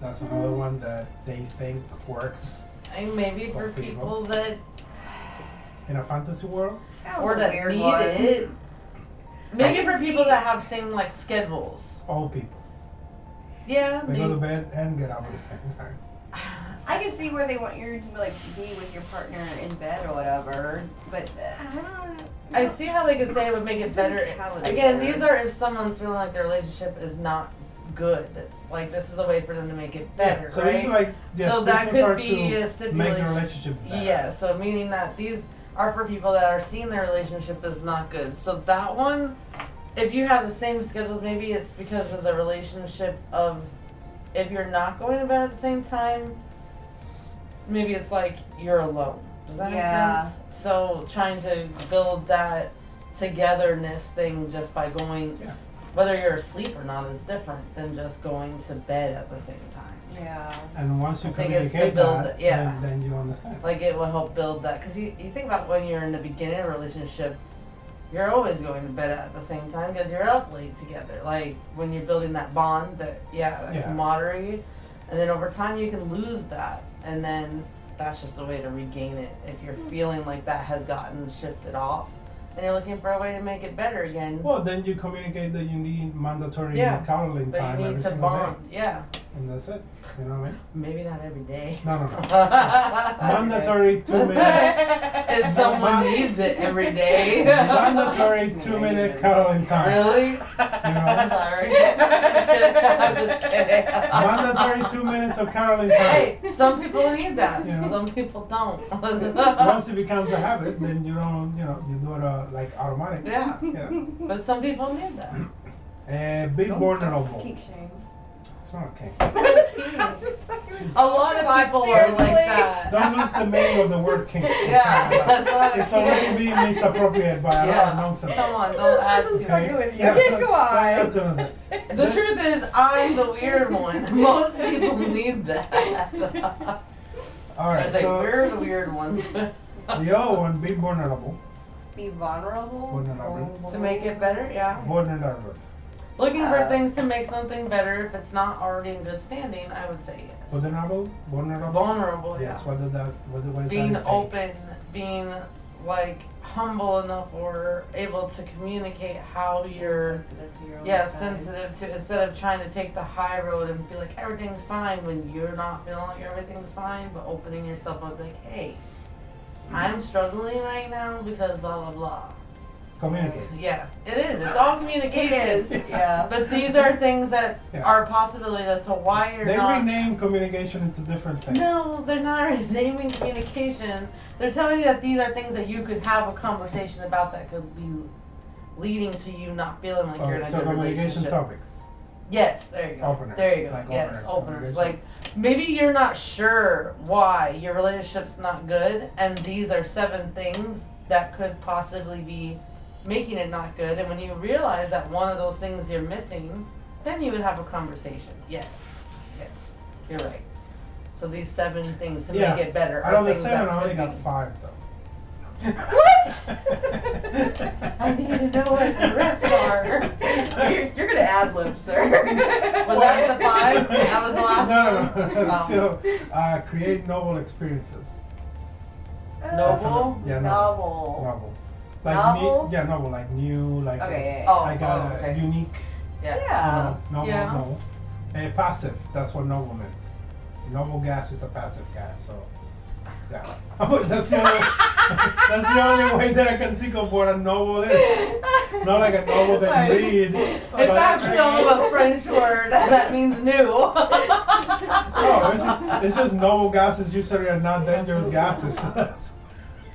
Speaker 2: That's another
Speaker 1: Mm-hmm.
Speaker 2: one that they think works
Speaker 1: And maybe for
Speaker 2: For people.
Speaker 1: people that
Speaker 2: in a fantasy world.
Speaker 3: That
Speaker 1: or
Speaker 3: was a
Speaker 1: that
Speaker 3: weird
Speaker 1: need
Speaker 3: one.
Speaker 1: it. Maybe
Speaker 3: can
Speaker 1: for people
Speaker 3: see-
Speaker 1: that have same like schedules.
Speaker 2: All people.
Speaker 1: Yeah.
Speaker 2: They go to
Speaker 1: maybe.
Speaker 2: bed and get up at the same time.
Speaker 3: I can see where they want you to like be with your partner in bed or whatever, but uh, I don't.
Speaker 1: I see how they could say it would make it better.
Speaker 3: Physicality
Speaker 1: Again,
Speaker 3: there.
Speaker 1: these are if someone's feeling like their relationship is not good. Like this is a way for them to make it better,
Speaker 2: so
Speaker 1: right?
Speaker 2: it's like yes,
Speaker 1: so that
Speaker 2: these ones are
Speaker 1: could be
Speaker 2: to make
Speaker 1: a
Speaker 2: the
Speaker 1: stipulation.
Speaker 2: relationship better.
Speaker 1: Yeah, so meaning that these are for people that are seeing their relationship is not good. So that one, if you have the same schedules, maybe it's because of the relationship of if you're not going to bed at the same time, maybe it's like you're alone. Does that
Speaker 3: Yeah.
Speaker 1: make sense? So trying to build that togetherness thing just by going
Speaker 2: Yeah.
Speaker 1: whether you're asleep or not is different than just going to bed at the same time.
Speaker 3: Yeah.
Speaker 2: And once you
Speaker 1: I think it's to
Speaker 2: communicate
Speaker 1: build
Speaker 2: that,
Speaker 1: it, yeah.
Speaker 2: then, then you understand.
Speaker 1: Like it will help build that because you, you think about when you're in the beginning of a relationship, you're always going to bed at the same time because you're up late together. Like when you're building that bond, that yeah, that
Speaker 2: Yeah.
Speaker 1: camaraderie, and then over time you can lose that, and then that's just a way to regain it if you're feeling like that has gotten shifted off, and you're looking for a way to make it better again.
Speaker 2: Well, then you communicate that you need mandatory
Speaker 1: Yeah.
Speaker 2: cuddling
Speaker 1: that
Speaker 2: time
Speaker 1: you
Speaker 2: every
Speaker 1: need to
Speaker 2: single
Speaker 1: bond, yeah.
Speaker 2: day, and that's it. You know what I mean?
Speaker 1: Maybe not every day.
Speaker 2: No, no, no. Mandatory
Speaker 1: Mandatory
Speaker 2: two minutes.
Speaker 1: if someone needs it every day.
Speaker 2: mandatory two minute cuddling time.
Speaker 1: Really?
Speaker 2: know?
Speaker 1: Sorry. I'm just kidding.
Speaker 2: mandatory two minutes of cuddling time.
Speaker 1: Hey, some people need that.
Speaker 2: Yeah.
Speaker 1: Some people don't.
Speaker 2: Once it becomes a habit, then you don't, you know, you do it uh, like automatic.
Speaker 1: yeah,
Speaker 2: You know?
Speaker 1: but some people need that.
Speaker 2: Uh, be vulnerable.
Speaker 3: Kink shame.
Speaker 2: It's not okay.
Speaker 1: A lot of people are like that.
Speaker 2: Don't lose the meaning of the word kink.
Speaker 1: Yeah, that's what
Speaker 2: It's already being misappropriated by a lot
Speaker 1: Yeah.
Speaker 2: of nonsense.
Speaker 1: Come on, don't add to it.
Speaker 2: Okay?
Speaker 3: doing
Speaker 2: Yeah,
Speaker 3: here.
Speaker 2: so-
Speaker 3: Go on.
Speaker 2: that's what I'm saying.
Speaker 1: The truth is, I'm the weird one. Most people need that.
Speaker 2: All
Speaker 1: I
Speaker 2: right,
Speaker 1: was like,
Speaker 2: so
Speaker 1: we're the weird ones.
Speaker 2: the other one, be vulnerable.
Speaker 3: Be vulnerable.
Speaker 2: Vulnerable.
Speaker 1: to make it better, yeah.
Speaker 2: Vulnerable.
Speaker 1: Looking for
Speaker 3: Uh,
Speaker 1: things to make something better if it's not already in good standing, I would say yes.
Speaker 2: Vulnerable? Vulnerable?
Speaker 1: Vulnerable, yeah.
Speaker 2: Yes, what does that, what, what is
Speaker 1: being
Speaker 2: that? mean?
Speaker 1: open, being like humble enough or able to communicate how you're
Speaker 3: sensitive to your own
Speaker 1: yeah,
Speaker 3: side.
Speaker 1: sensitive to instead of trying to take the high road and be like everything's fine when you're not feeling like everything's fine, but opening yourself up like, hey, I'm struggling right now because blah blah blah.
Speaker 2: Communicate.
Speaker 1: Yeah, it is. It's all
Speaker 3: It
Speaker 1: communication.
Speaker 3: is. Yeah.
Speaker 1: But these are things that
Speaker 2: Yeah.
Speaker 1: are possibilities as to why you're
Speaker 2: They
Speaker 1: not.
Speaker 2: rename communication into different things.
Speaker 1: no, they're not renaming communication. They're telling you that these are things that you could have a conversation about that could be leading to you not feeling like you're in
Speaker 2: Okay,
Speaker 1: a
Speaker 2: so
Speaker 1: good
Speaker 2: communication
Speaker 1: relationship.
Speaker 2: topics.
Speaker 1: Yes, there you go.
Speaker 2: Openers,
Speaker 1: There you go.
Speaker 2: like
Speaker 1: yes,
Speaker 2: openers,
Speaker 1: openers. Like maybe you're not sure why your relationship's not good, and these are seven things that could possibly be making it not good. And when you realize that one of those things you're missing, then you would have a conversation. Yes, yes, you're right. So these seven things to
Speaker 2: Yeah.
Speaker 1: make it better.
Speaker 2: Out
Speaker 1: are
Speaker 2: of the
Speaker 1: things
Speaker 2: seven,
Speaker 1: that
Speaker 2: I only
Speaker 1: could
Speaker 2: got
Speaker 1: be-
Speaker 2: five though.
Speaker 3: I
Speaker 1: need to know what the rest are.
Speaker 3: You're, you're gonna ad lib, sir.
Speaker 1: Was that the five? That was the last
Speaker 2: No,
Speaker 1: one?
Speaker 2: no, no.
Speaker 1: Oh.
Speaker 2: Still, uh, create novel experiences. That's
Speaker 3: Novel.
Speaker 2: another- yeah, novel.
Speaker 3: Novel.
Speaker 2: Novel. Like
Speaker 3: Novel?
Speaker 2: New, yeah, novel. Like new, like
Speaker 3: Okay.
Speaker 2: uh,
Speaker 3: Yeah. yeah.
Speaker 1: Oh,
Speaker 2: like
Speaker 1: oh,
Speaker 2: a
Speaker 1: okay.
Speaker 2: unique.
Speaker 1: Yeah.
Speaker 3: Yeah.
Speaker 2: No, no,
Speaker 1: Yeah.
Speaker 2: no. A passive. That's what novel means. Novel gas is a passive gas. So, yeah. that's the only. that's the only way that I can think of what a novel is. Not like a novel that you read.
Speaker 1: It's
Speaker 2: but-
Speaker 1: actually only a French word that means new.
Speaker 2: No, it's just, it's just novel gases usually are not dangerous gases.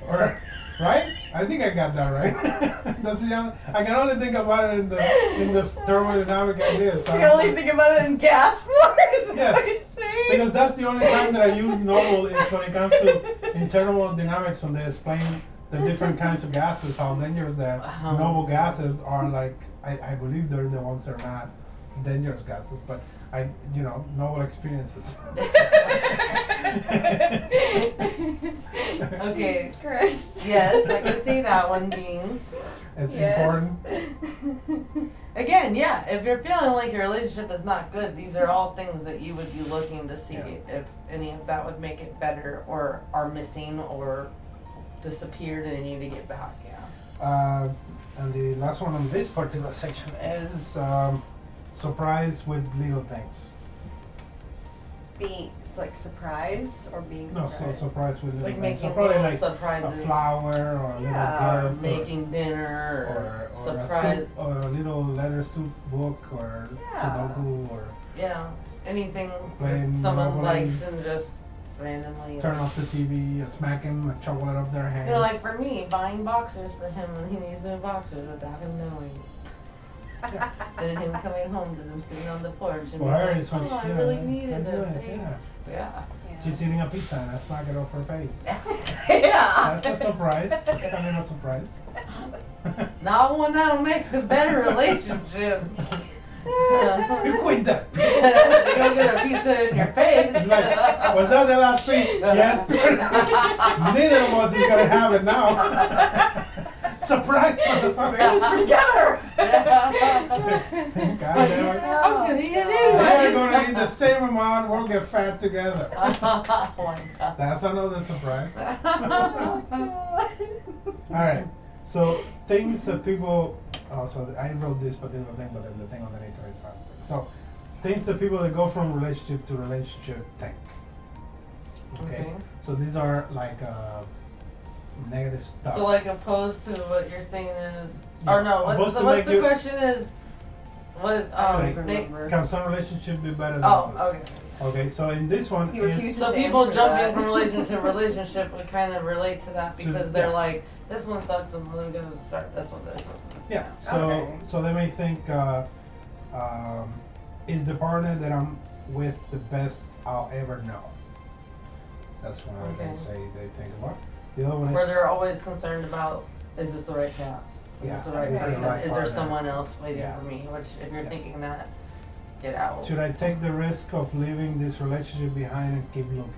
Speaker 2: or, right? I think I got that right. That's the only, I can only think about it in the in the thermodynamic ideas.
Speaker 3: You can only think about it in gas form. Is that
Speaker 2: Yes.
Speaker 3: what you're saying?
Speaker 2: because that's the only time that I use novel is when it comes to internal dynamics when they explain the different kinds of gases, how dangerous they are.
Speaker 1: Wow.
Speaker 2: Noble gases are like I, I believe they're the ones that are not dangerous gases, but I you know novel experiences.
Speaker 3: okay,
Speaker 1: Okay.
Speaker 3: Chris.
Speaker 1: Yes, I can see that one being.
Speaker 2: It's
Speaker 3: Yes.
Speaker 2: important.
Speaker 1: Again, yeah, if you're feeling like your relationship is not good, these are all things that you would be looking to see
Speaker 2: Yeah.
Speaker 1: if any of that would make it better or are missing or disappeared and you need to get back. Yeah.
Speaker 2: Uh, and the last one on this particular section is um, surprise with little things.
Speaker 3: Being like surprised or being
Speaker 2: No,
Speaker 3: surprised.
Speaker 2: so surprise with little
Speaker 1: Like
Speaker 2: things.
Speaker 1: making
Speaker 2: So probably
Speaker 1: little
Speaker 2: like a
Speaker 1: surprises.
Speaker 2: flower or a little
Speaker 3: Yeah,
Speaker 2: bird or-
Speaker 1: Making dinner
Speaker 2: or,
Speaker 1: or,
Speaker 2: or a
Speaker 1: surprise.
Speaker 2: soup, or a little letter soup book or
Speaker 3: Yeah.
Speaker 2: Sudoku or
Speaker 1: Yeah. Anything
Speaker 2: Plain
Speaker 1: that someone
Speaker 2: novel.
Speaker 1: likes and just randomly.
Speaker 2: turn off the TV, smack him a chocolate up their hands.
Speaker 1: They're like for me, buying boxers for him when he needs new boxers without him knowing. And him coming home to them sitting on the porch and
Speaker 2: For her,
Speaker 1: being
Speaker 2: it's
Speaker 1: like,
Speaker 2: when
Speaker 1: oh,
Speaker 2: she-
Speaker 1: I
Speaker 2: yeah,
Speaker 1: really
Speaker 2: that's
Speaker 1: needed them.
Speaker 2: nice,
Speaker 1: Thanks. Yeah.
Speaker 2: She's eating a pizza and I smack it off her face.
Speaker 3: yeah.
Speaker 2: That's a surprise. It's a little surprise.
Speaker 1: Not one that'll make a better relationship.
Speaker 2: you quit that.
Speaker 1: you don't get a pizza in your face.
Speaker 2: It's like, was that the last piece? yes. Neither of us is gonna have it now. surprise, motherfucker.
Speaker 3: together.
Speaker 2: God damn it.
Speaker 1: I'm gonna eat it
Speaker 2: We're
Speaker 1: anyway.
Speaker 2: gonna eat the same amount. We'll get fat together.
Speaker 1: oh my god.
Speaker 2: That's another surprise.
Speaker 3: Oh, God.
Speaker 2: All right. So things that people. Oh, so I wrote this particular thing, but then the thing on the later is hard. So things that people that go from relationship to relationship think. Okay.
Speaker 1: Okay.
Speaker 2: So these are like uh, negative stuff.
Speaker 1: So like opposed to what you're saying is,
Speaker 2: Yeah.
Speaker 1: or no, what,
Speaker 2: Opposed
Speaker 1: so
Speaker 2: to
Speaker 1: what's
Speaker 2: make
Speaker 1: the
Speaker 2: you-
Speaker 1: question is, what
Speaker 2: Like,
Speaker 1: um, they,
Speaker 2: Can some relationship be better than
Speaker 1: oh
Speaker 2: others?
Speaker 1: okay.
Speaker 2: Okay. So in this one
Speaker 3: You
Speaker 2: is
Speaker 3: refuse
Speaker 1: So
Speaker 3: Just
Speaker 1: people
Speaker 3: answer
Speaker 1: jumping
Speaker 3: that.
Speaker 1: from relation to relationship would kind of relate to that
Speaker 2: To-
Speaker 1: because they're
Speaker 2: yeah.
Speaker 1: like, this one sucks and we're gonna start this one, this one.
Speaker 2: yeah. So
Speaker 3: Okay.
Speaker 2: so they may think uh, um, is the partner that I'm with the best I'll ever know. That's one of the
Speaker 1: Okay.
Speaker 2: things they, they think about. The other one is
Speaker 1: Where they're always concerned about, is this the right cat? Is
Speaker 2: Yeah,
Speaker 1: this the right
Speaker 2: is it the
Speaker 1: person?
Speaker 2: right
Speaker 1: is there
Speaker 2: partner?
Speaker 1: someone else waiting
Speaker 2: Yeah.
Speaker 1: for me? Which, if you're
Speaker 2: Yeah.
Speaker 1: thinking that, get out.
Speaker 2: Should I take the risk of leaving this relationship behind and keep looking?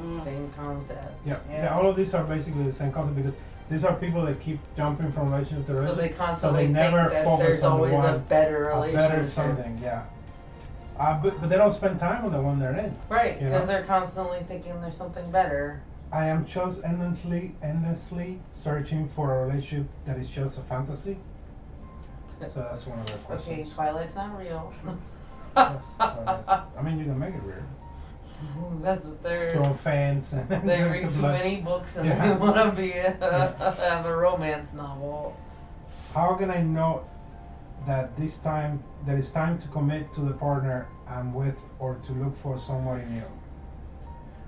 Speaker 3: Mm.
Speaker 1: Same concept.
Speaker 2: Yeah.
Speaker 3: Yeah.
Speaker 2: yeah, all of these are basically the same concept because these are people that keep jumping from relationship to
Speaker 1: So they
Speaker 2: relationship.
Speaker 1: constantly
Speaker 2: never
Speaker 1: think that
Speaker 2: focus
Speaker 1: there's
Speaker 2: on the
Speaker 1: always a
Speaker 2: one-
Speaker 1: better
Speaker 2: a
Speaker 1: relationship.
Speaker 2: better something, yeah. Uh, but, but they don't spend time on the one they're in.
Speaker 1: Right,
Speaker 2: You
Speaker 1: because
Speaker 2: know?
Speaker 1: they're constantly thinking there's something better.
Speaker 2: I am just endlessly, endlessly searching for a relationship that is just a fantasy. So that's one of their
Speaker 1: Okay,
Speaker 2: questions.
Speaker 1: Twilight's not real.
Speaker 2: Yes, well, I mean, you can make it real.
Speaker 1: That's what they're.
Speaker 2: Throw fans and
Speaker 1: They
Speaker 2: drink
Speaker 1: read
Speaker 2: the
Speaker 1: too
Speaker 2: blood.
Speaker 1: many books and
Speaker 2: Yeah.
Speaker 1: they want to be a,
Speaker 2: Yeah.
Speaker 1: have a romance novel.
Speaker 2: How can I know that this time that it's time to commit to the partner I'm with or to look for somebody new?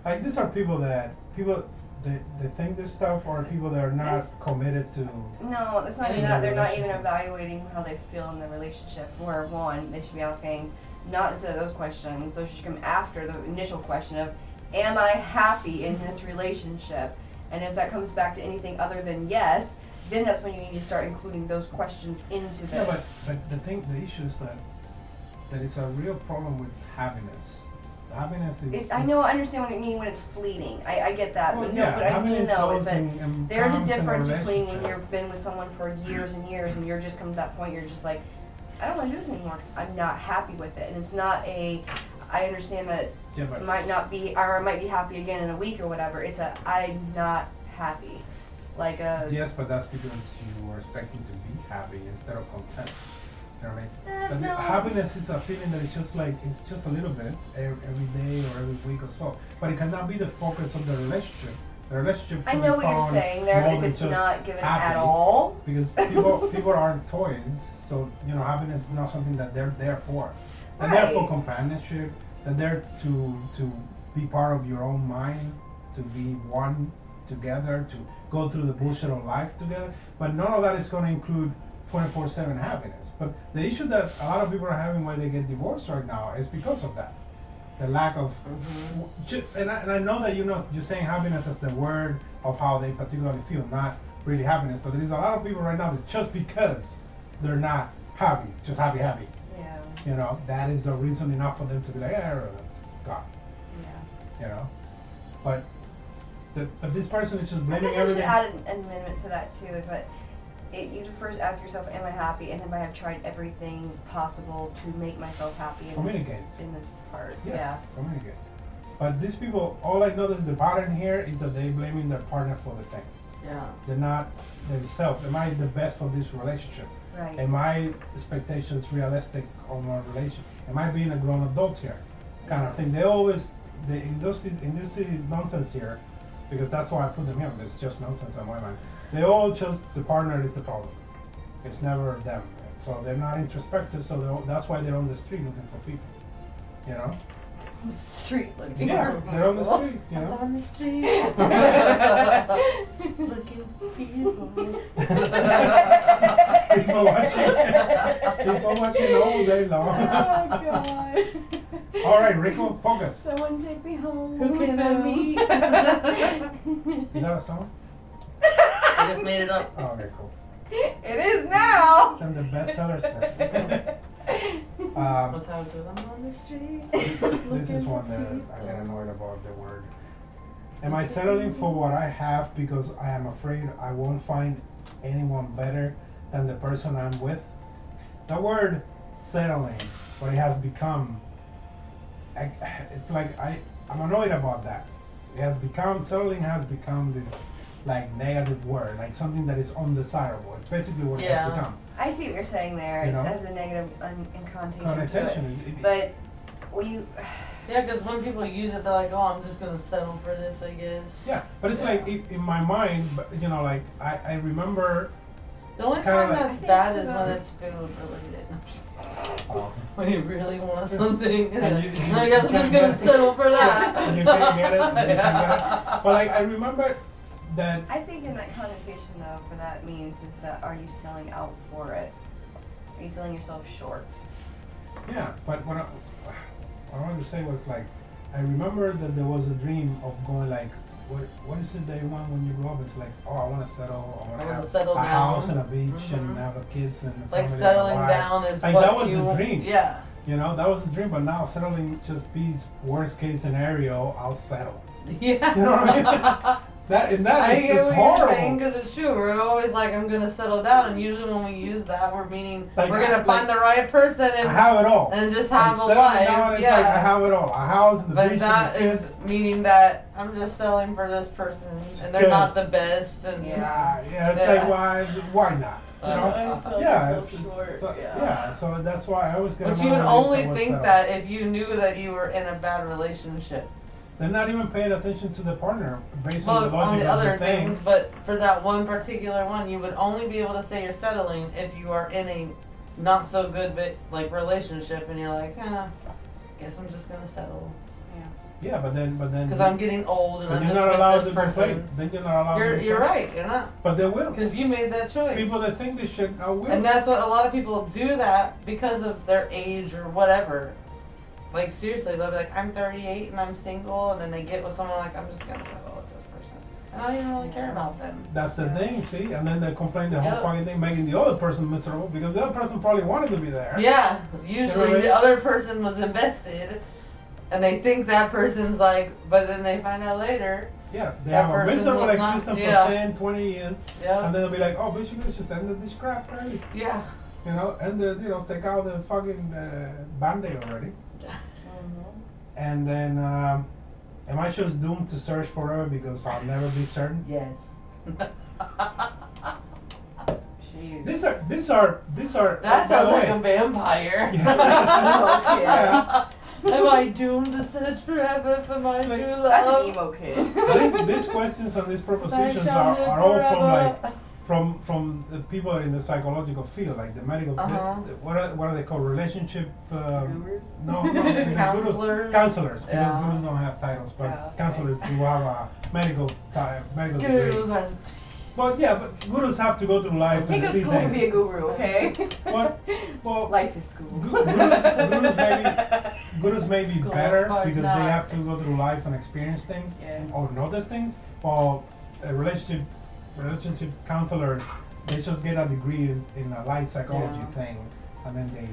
Speaker 2: Like these are people that people they, they think this stuff or people that are not
Speaker 3: This-
Speaker 2: committed to
Speaker 3: No, it's not
Speaker 1: In
Speaker 3: even
Speaker 1: the
Speaker 3: that. They're not even
Speaker 2: relationship.
Speaker 3: evaluating how they feel in the relationship. Where one, they should be asking not instead of those questions. Those should come after the initial question of, "Am I happy in this relationship?" And if that comes back to anything other than yes, then that's when you need to start including those questions into
Speaker 2: Yeah, but,
Speaker 3: this.
Speaker 2: but the thing the issue is that that it's a real problem with happiness. Happiness is
Speaker 3: It, I
Speaker 2: is-
Speaker 3: know, I understand what you mean when it's fleeting. I, I get that,
Speaker 2: well,
Speaker 3: but
Speaker 2: yeah,
Speaker 3: no, what I mean
Speaker 2: happiness
Speaker 3: though
Speaker 2: goes
Speaker 3: is that
Speaker 2: and- and
Speaker 3: There's a
Speaker 2: comes in
Speaker 3: difference between when
Speaker 2: relationship.
Speaker 3: you've been with someone for years and years and you're just coming to that point, you're just like, I don't want to do this anymore because I'm not happy with it. And it's not a, I understand that
Speaker 2: yeah,
Speaker 3: it
Speaker 2: but
Speaker 3: might not be, or I might be happy again in a week or whatever. It's a, I'm not happy. Like a,
Speaker 2: Yes, but that's because you were expecting to be happy instead of content. You know what I mean?
Speaker 3: "Eh,
Speaker 2: But the-
Speaker 3: no."
Speaker 2: happiness is a feeling that it's just like it's just a little bit ev- every day or every week or so, but it cannot be the focus of the relationship. The relationship.
Speaker 3: I
Speaker 2: should
Speaker 3: know
Speaker 2: be
Speaker 3: what you're
Speaker 2: found
Speaker 3: saying there,
Speaker 2: more
Speaker 3: but if
Speaker 2: than
Speaker 3: it's
Speaker 2: just
Speaker 3: not given at
Speaker 2: happy.
Speaker 3: all.
Speaker 2: because people people aren't toys, so you know happiness is not something that they're there for. They're there for
Speaker 3: Right.
Speaker 2: companionship. They're there to to be part of your own mind, to be one together, to go through the bullshit of life together. But none of that is going to include 24/7 happiness. But the issue that a lot of people are having why they get divorced right now is because of that. the lack of
Speaker 1: Mhm.
Speaker 2: Ju- and I, and I know that you know you're saying happiness as the word of how they particularly feel, not really happiness. But there is a lot of people right now that just because they're not happy, just happy, happy,
Speaker 3: Yeah.
Speaker 2: you know, that is the reason enough for them to be like, eh, God,
Speaker 3: Yeah.
Speaker 2: you know. But the, but this person is just
Speaker 3: I
Speaker 2: blaming
Speaker 3: guess I should
Speaker 2: everything.
Speaker 3: add an, an amendment to that too. Is that it, you should first ask yourself, am I happy? And am I have tried everything possible to make myself happy in this,
Speaker 2: Communicate.
Speaker 3: in this part?
Speaker 2: Yes, communicate. But these people, all I notice the pattern here is that they blaming their partner for the thing.
Speaker 1: Yeah.
Speaker 2: They're not themselves. Am I the best for this relationship?
Speaker 3: Yeah. Right.
Speaker 2: Am my expectations realistic on our relation? Am I being a grown adult here? Kind of thing. They always, they, in, those, in this is nonsense here, because that's why I put them here, it's just nonsense on my mind. They all just, the partner is the problem. It's never them. So they're not introspective, so they're, all- that's why they're on the street looking for people. You know?
Speaker 3: the street looking.
Speaker 2: Yeah,
Speaker 3: for
Speaker 2: they're on the
Speaker 3: people.
Speaker 2: street, you
Speaker 1: I'm
Speaker 2: know?
Speaker 1: on the street. Looking for you.
Speaker 2: People watching, people watching all day
Speaker 3: Oh
Speaker 2: long.
Speaker 3: god.
Speaker 2: all right, Rico, focus.
Speaker 3: Someone take me home.
Speaker 1: Who can I meet?
Speaker 2: Is that a song?
Speaker 1: I just made it up.
Speaker 2: Oh, okay, cool.
Speaker 3: It is now.
Speaker 2: Send the bestsellers list. um,
Speaker 1: What's how it goes? I'm on the street.
Speaker 2: this is
Speaker 1: looking
Speaker 2: one
Speaker 1: for
Speaker 2: that I
Speaker 1: people.
Speaker 2: get annoyed about the word. Am I settling for what I have because I am afraid I won't find anyone better than the person I'm with? The word settling, what it has become, I, it's like I, I'm annoyed about that. It has become, settling has become this like negative word, like something that is undesirable. It's basically what it
Speaker 1: Yeah.
Speaker 2: has become.
Speaker 3: I see what you're saying there.
Speaker 2: You
Speaker 3: It
Speaker 2: know?
Speaker 3: has a negative un- in connotation
Speaker 2: Connotation. it-
Speaker 3: to it.
Speaker 2: it-
Speaker 3: But when you
Speaker 1: Yeah, because when people use it, they're like, oh, I'm just going to settle for this, I guess.
Speaker 2: Yeah, but it's like i in my mind, but, you know, like I, I remember.
Speaker 1: The only
Speaker 2: Kinda
Speaker 1: time
Speaker 2: like-
Speaker 1: that's
Speaker 3: I think
Speaker 1: bad
Speaker 3: it's
Speaker 1: is
Speaker 3: about-
Speaker 1: when it's food related.
Speaker 2: Oh.
Speaker 1: When you really want something.
Speaker 2: And you-
Speaker 1: And I guess I'm just going to settle for that.
Speaker 2: You can get it. You can get it. But like I remember that.
Speaker 3: I think in that connotation though, for that means is that are you selling out for it? Are you selling yourself short?
Speaker 2: Yeah, but what I, what I wanted to say was like I remember that there was a dream of going like. What, what is it that you want when you grow up? It's like, oh, I want to settle. I want
Speaker 1: I
Speaker 2: to
Speaker 1: wanna
Speaker 2: have
Speaker 1: settle
Speaker 2: a
Speaker 1: down.
Speaker 2: house and a beach
Speaker 1: Mhm.
Speaker 2: and have a kids and a
Speaker 1: Like
Speaker 2: family and a
Speaker 1: settling
Speaker 2: wife.
Speaker 1: down is
Speaker 2: Like,
Speaker 1: what
Speaker 2: that was
Speaker 1: you
Speaker 2: the
Speaker 1: want-
Speaker 2: dream.
Speaker 1: Yeah.
Speaker 2: You know, that was the dream. But now settling just be worst case scenario. I'll settle.
Speaker 1: Yeah.
Speaker 2: You know what I That and that
Speaker 1: I
Speaker 2: is
Speaker 1: get
Speaker 2: just
Speaker 1: what you're saying
Speaker 2: horrible.
Speaker 1: because it's true. We're always like, I'm gonna settle down, and usually when we use that, we're meaning
Speaker 2: Like,
Speaker 1: we're gonna
Speaker 2: like-
Speaker 1: find the right person
Speaker 2: I
Speaker 1: and,
Speaker 2: have it all.
Speaker 1: and just have a
Speaker 2: Instead of
Speaker 1: life.
Speaker 2: now, it's
Speaker 1: yeah.
Speaker 2: like I have it all. A house, the
Speaker 1: but
Speaker 2: beach,
Speaker 1: that
Speaker 2: and the
Speaker 1: is
Speaker 2: kids.
Speaker 1: meaning that I'm just selling for this person, and they're
Speaker 2: Yes.
Speaker 1: not the best. And
Speaker 2: Yeah, yeah. It's
Speaker 1: Yeah.
Speaker 2: like why? Why not? You know?
Speaker 1: Uh,
Speaker 2: yeah, it's, it's- so, yeah. So that's why I always get.
Speaker 1: But
Speaker 2: annoyed
Speaker 1: you would
Speaker 2: when
Speaker 1: only
Speaker 2: someone
Speaker 1: think
Speaker 2: says,
Speaker 1: that if you knew that you were in a bad relationship.
Speaker 2: They're not even paying attention to the partner based on
Speaker 1: Well,
Speaker 2: the logic
Speaker 1: on the
Speaker 2: of
Speaker 1: other
Speaker 2: the thing.
Speaker 1: things, but for that one particular one, you would only be able to say you're settling if you are in a not so good but like relationship, and you're like, huh, guess I'm just gonna settle
Speaker 2: Yeah, but then, but then.
Speaker 1: because I'm getting old and
Speaker 2: but
Speaker 1: I'm
Speaker 2: you're
Speaker 1: just
Speaker 2: not allowed
Speaker 1: with
Speaker 2: to
Speaker 1: this
Speaker 2: complain.
Speaker 1: person.
Speaker 2: Then you're not allowed to
Speaker 1: You're you're
Speaker 2: complain.
Speaker 1: right. You're not
Speaker 2: But they will.
Speaker 1: because you made that choice.
Speaker 2: People that think this shit are will.
Speaker 1: And that's what a lot of people do that because of their age or whatever. Like seriously, they'll be like, I'm 38 and I'm single, and then they get with someone like, I'm just gonna settle with this person, and I don't even really care about them.
Speaker 2: That's the thing, see? And then they complain the whole
Speaker 1: Yeah.
Speaker 2: fucking thing, making the other person miserable because the other person probably wanted to be there.
Speaker 1: Yeah, usually
Speaker 2: Right.
Speaker 1: the other person was invested, and they think that person's like, but then they find out later.
Speaker 2: Yeah, they
Speaker 1: That
Speaker 2: have a
Speaker 1: person
Speaker 2: miserable
Speaker 1: was not-
Speaker 2: existence
Speaker 1: yeah.
Speaker 2: for 10, 20 years,
Speaker 1: Yeah,
Speaker 2: and then they'll be like, oh, bitch, you could have just ended this crap early.
Speaker 1: yeah.
Speaker 2: You know, and the, you know, take out the fucking uh, band aid already.
Speaker 3: Mm-hmm.
Speaker 2: And then, um, am I just doomed to search forever because I'll never be certain?
Speaker 1: Yes.
Speaker 3: Jeez.
Speaker 2: These are, these are, these are.
Speaker 1: That
Speaker 2: by
Speaker 1: sounds
Speaker 2: the
Speaker 1: like
Speaker 2: way,
Speaker 1: a vampire.
Speaker 2: Yes.
Speaker 3: Oh,
Speaker 2: yeah.
Speaker 1: Am I doomed to search forever for my
Speaker 2: Like-
Speaker 1: true
Speaker 3: That's
Speaker 1: love?
Speaker 3: an emo kid.
Speaker 2: Thi- these questions and these propositions
Speaker 1: shall
Speaker 2: are,
Speaker 1: live
Speaker 2: are all from
Speaker 1: forever.
Speaker 2: like from from the people in the psychological field, like the medical.
Speaker 1: Uh-huh.
Speaker 2: the- the- what are what are they called? Relationship. Um,
Speaker 3: Gurus?
Speaker 2: no, no, I mean, the gurus-
Speaker 1: Counselors.
Speaker 2: Counselors, because
Speaker 1: Yeah.
Speaker 2: gurus don't have titles, but
Speaker 3: Oh, okay.
Speaker 2: counselors do have a medical type, medical
Speaker 1: Gurus
Speaker 2: degree.
Speaker 1: are
Speaker 2: But yeah, but gurus have to go through life
Speaker 3: Think
Speaker 2: and
Speaker 3: of
Speaker 2: see
Speaker 3: school to
Speaker 2: things.
Speaker 3: be a guru, okay?
Speaker 2: What? well,
Speaker 3: Life is school.
Speaker 2: Gu- gurus- gurus maybe- Gurus may be
Speaker 1: School
Speaker 2: better
Speaker 1: for
Speaker 2: because they
Speaker 1: nuts.
Speaker 2: have to go through life and experience things
Speaker 3: Yeah.
Speaker 2: or notice things. While a relationship relationship counselors, they just get a degree in, in a life psychology
Speaker 1: Yeah.
Speaker 2: thing, and then they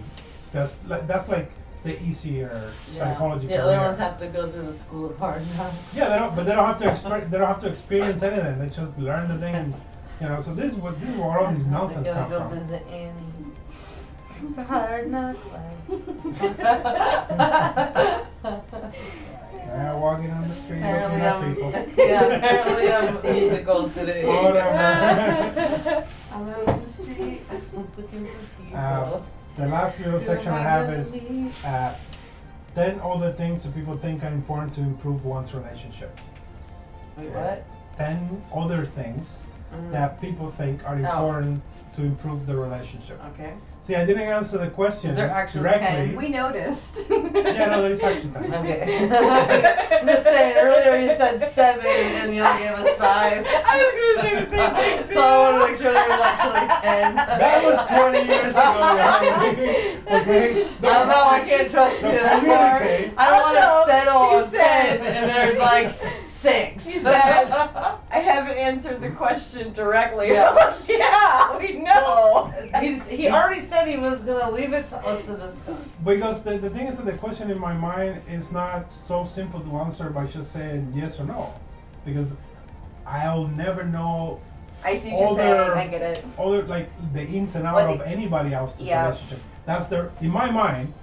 Speaker 2: that's like, that's like the easier psychology.
Speaker 1: The other
Speaker 2: career.
Speaker 1: ones have to go to the school of hard knocks.
Speaker 2: Yeah, they don't, but they don't have to exper- they don't have to experience anything. They just learn the thing, and, you know. So this is what this is where all
Speaker 1: They
Speaker 2: these nonsense
Speaker 1: gotta
Speaker 2: come
Speaker 1: go
Speaker 2: from.
Speaker 1: visit Annie. It's a hard knock life.
Speaker 2: Yeah, walking on the street, looking
Speaker 1: Apparently
Speaker 2: at
Speaker 1: I'm,
Speaker 2: people.
Speaker 1: yeah, apparently I'm physical today.
Speaker 2: Whatever.
Speaker 1: I'm out in the street looking for people.
Speaker 2: Uh, the last little
Speaker 1: Who
Speaker 2: section
Speaker 1: am
Speaker 2: I
Speaker 1: I
Speaker 2: have
Speaker 1: gonna
Speaker 2: is
Speaker 1: be?
Speaker 2: uh, ten all the things that people think are important to improve one's relationship.
Speaker 1: Wait, what?
Speaker 2: Ten other things
Speaker 1: Mm,
Speaker 2: that people think are
Speaker 1: Oh.
Speaker 2: important to improve the relationship.
Speaker 1: Mm, Okay.
Speaker 2: See, I didn't answer the question
Speaker 1: Is there actually
Speaker 2: directly.
Speaker 1: 10?
Speaker 3: We noticed.
Speaker 2: Yeah, no, there's action time.
Speaker 1: Okay. I'm just saying, earlier you said seven and you only gave us five.
Speaker 3: I was gonna say the same thing. to
Speaker 1: so I want
Speaker 3: you.
Speaker 1: to make sure there was actually ten.
Speaker 2: That was 20 years ago. okay?
Speaker 1: I don't know, I can't trust you
Speaker 2: No,
Speaker 1: anymore.
Speaker 2: communicate.
Speaker 1: I don't want
Speaker 3: Also,
Speaker 1: to settle
Speaker 3: he
Speaker 1: on
Speaker 3: said-
Speaker 1: ten and there's like six.
Speaker 3: He said- I haven't answered the question directly.
Speaker 1: Yeah.
Speaker 3: I'm like, yeah, we know.
Speaker 1: he, he already said he was going to leave it to us to discuss.
Speaker 2: Because the, the thing is that the question in my mind is not so simple to answer by just saying yes or no. Because I'll never know
Speaker 3: I see what you're
Speaker 2: Older-
Speaker 3: saying. I get it.
Speaker 2: other like the ins and
Speaker 3: Well,
Speaker 2: outs of
Speaker 3: the-
Speaker 2: anybody else's
Speaker 3: yeah.
Speaker 2: relationship. That's their in my mind,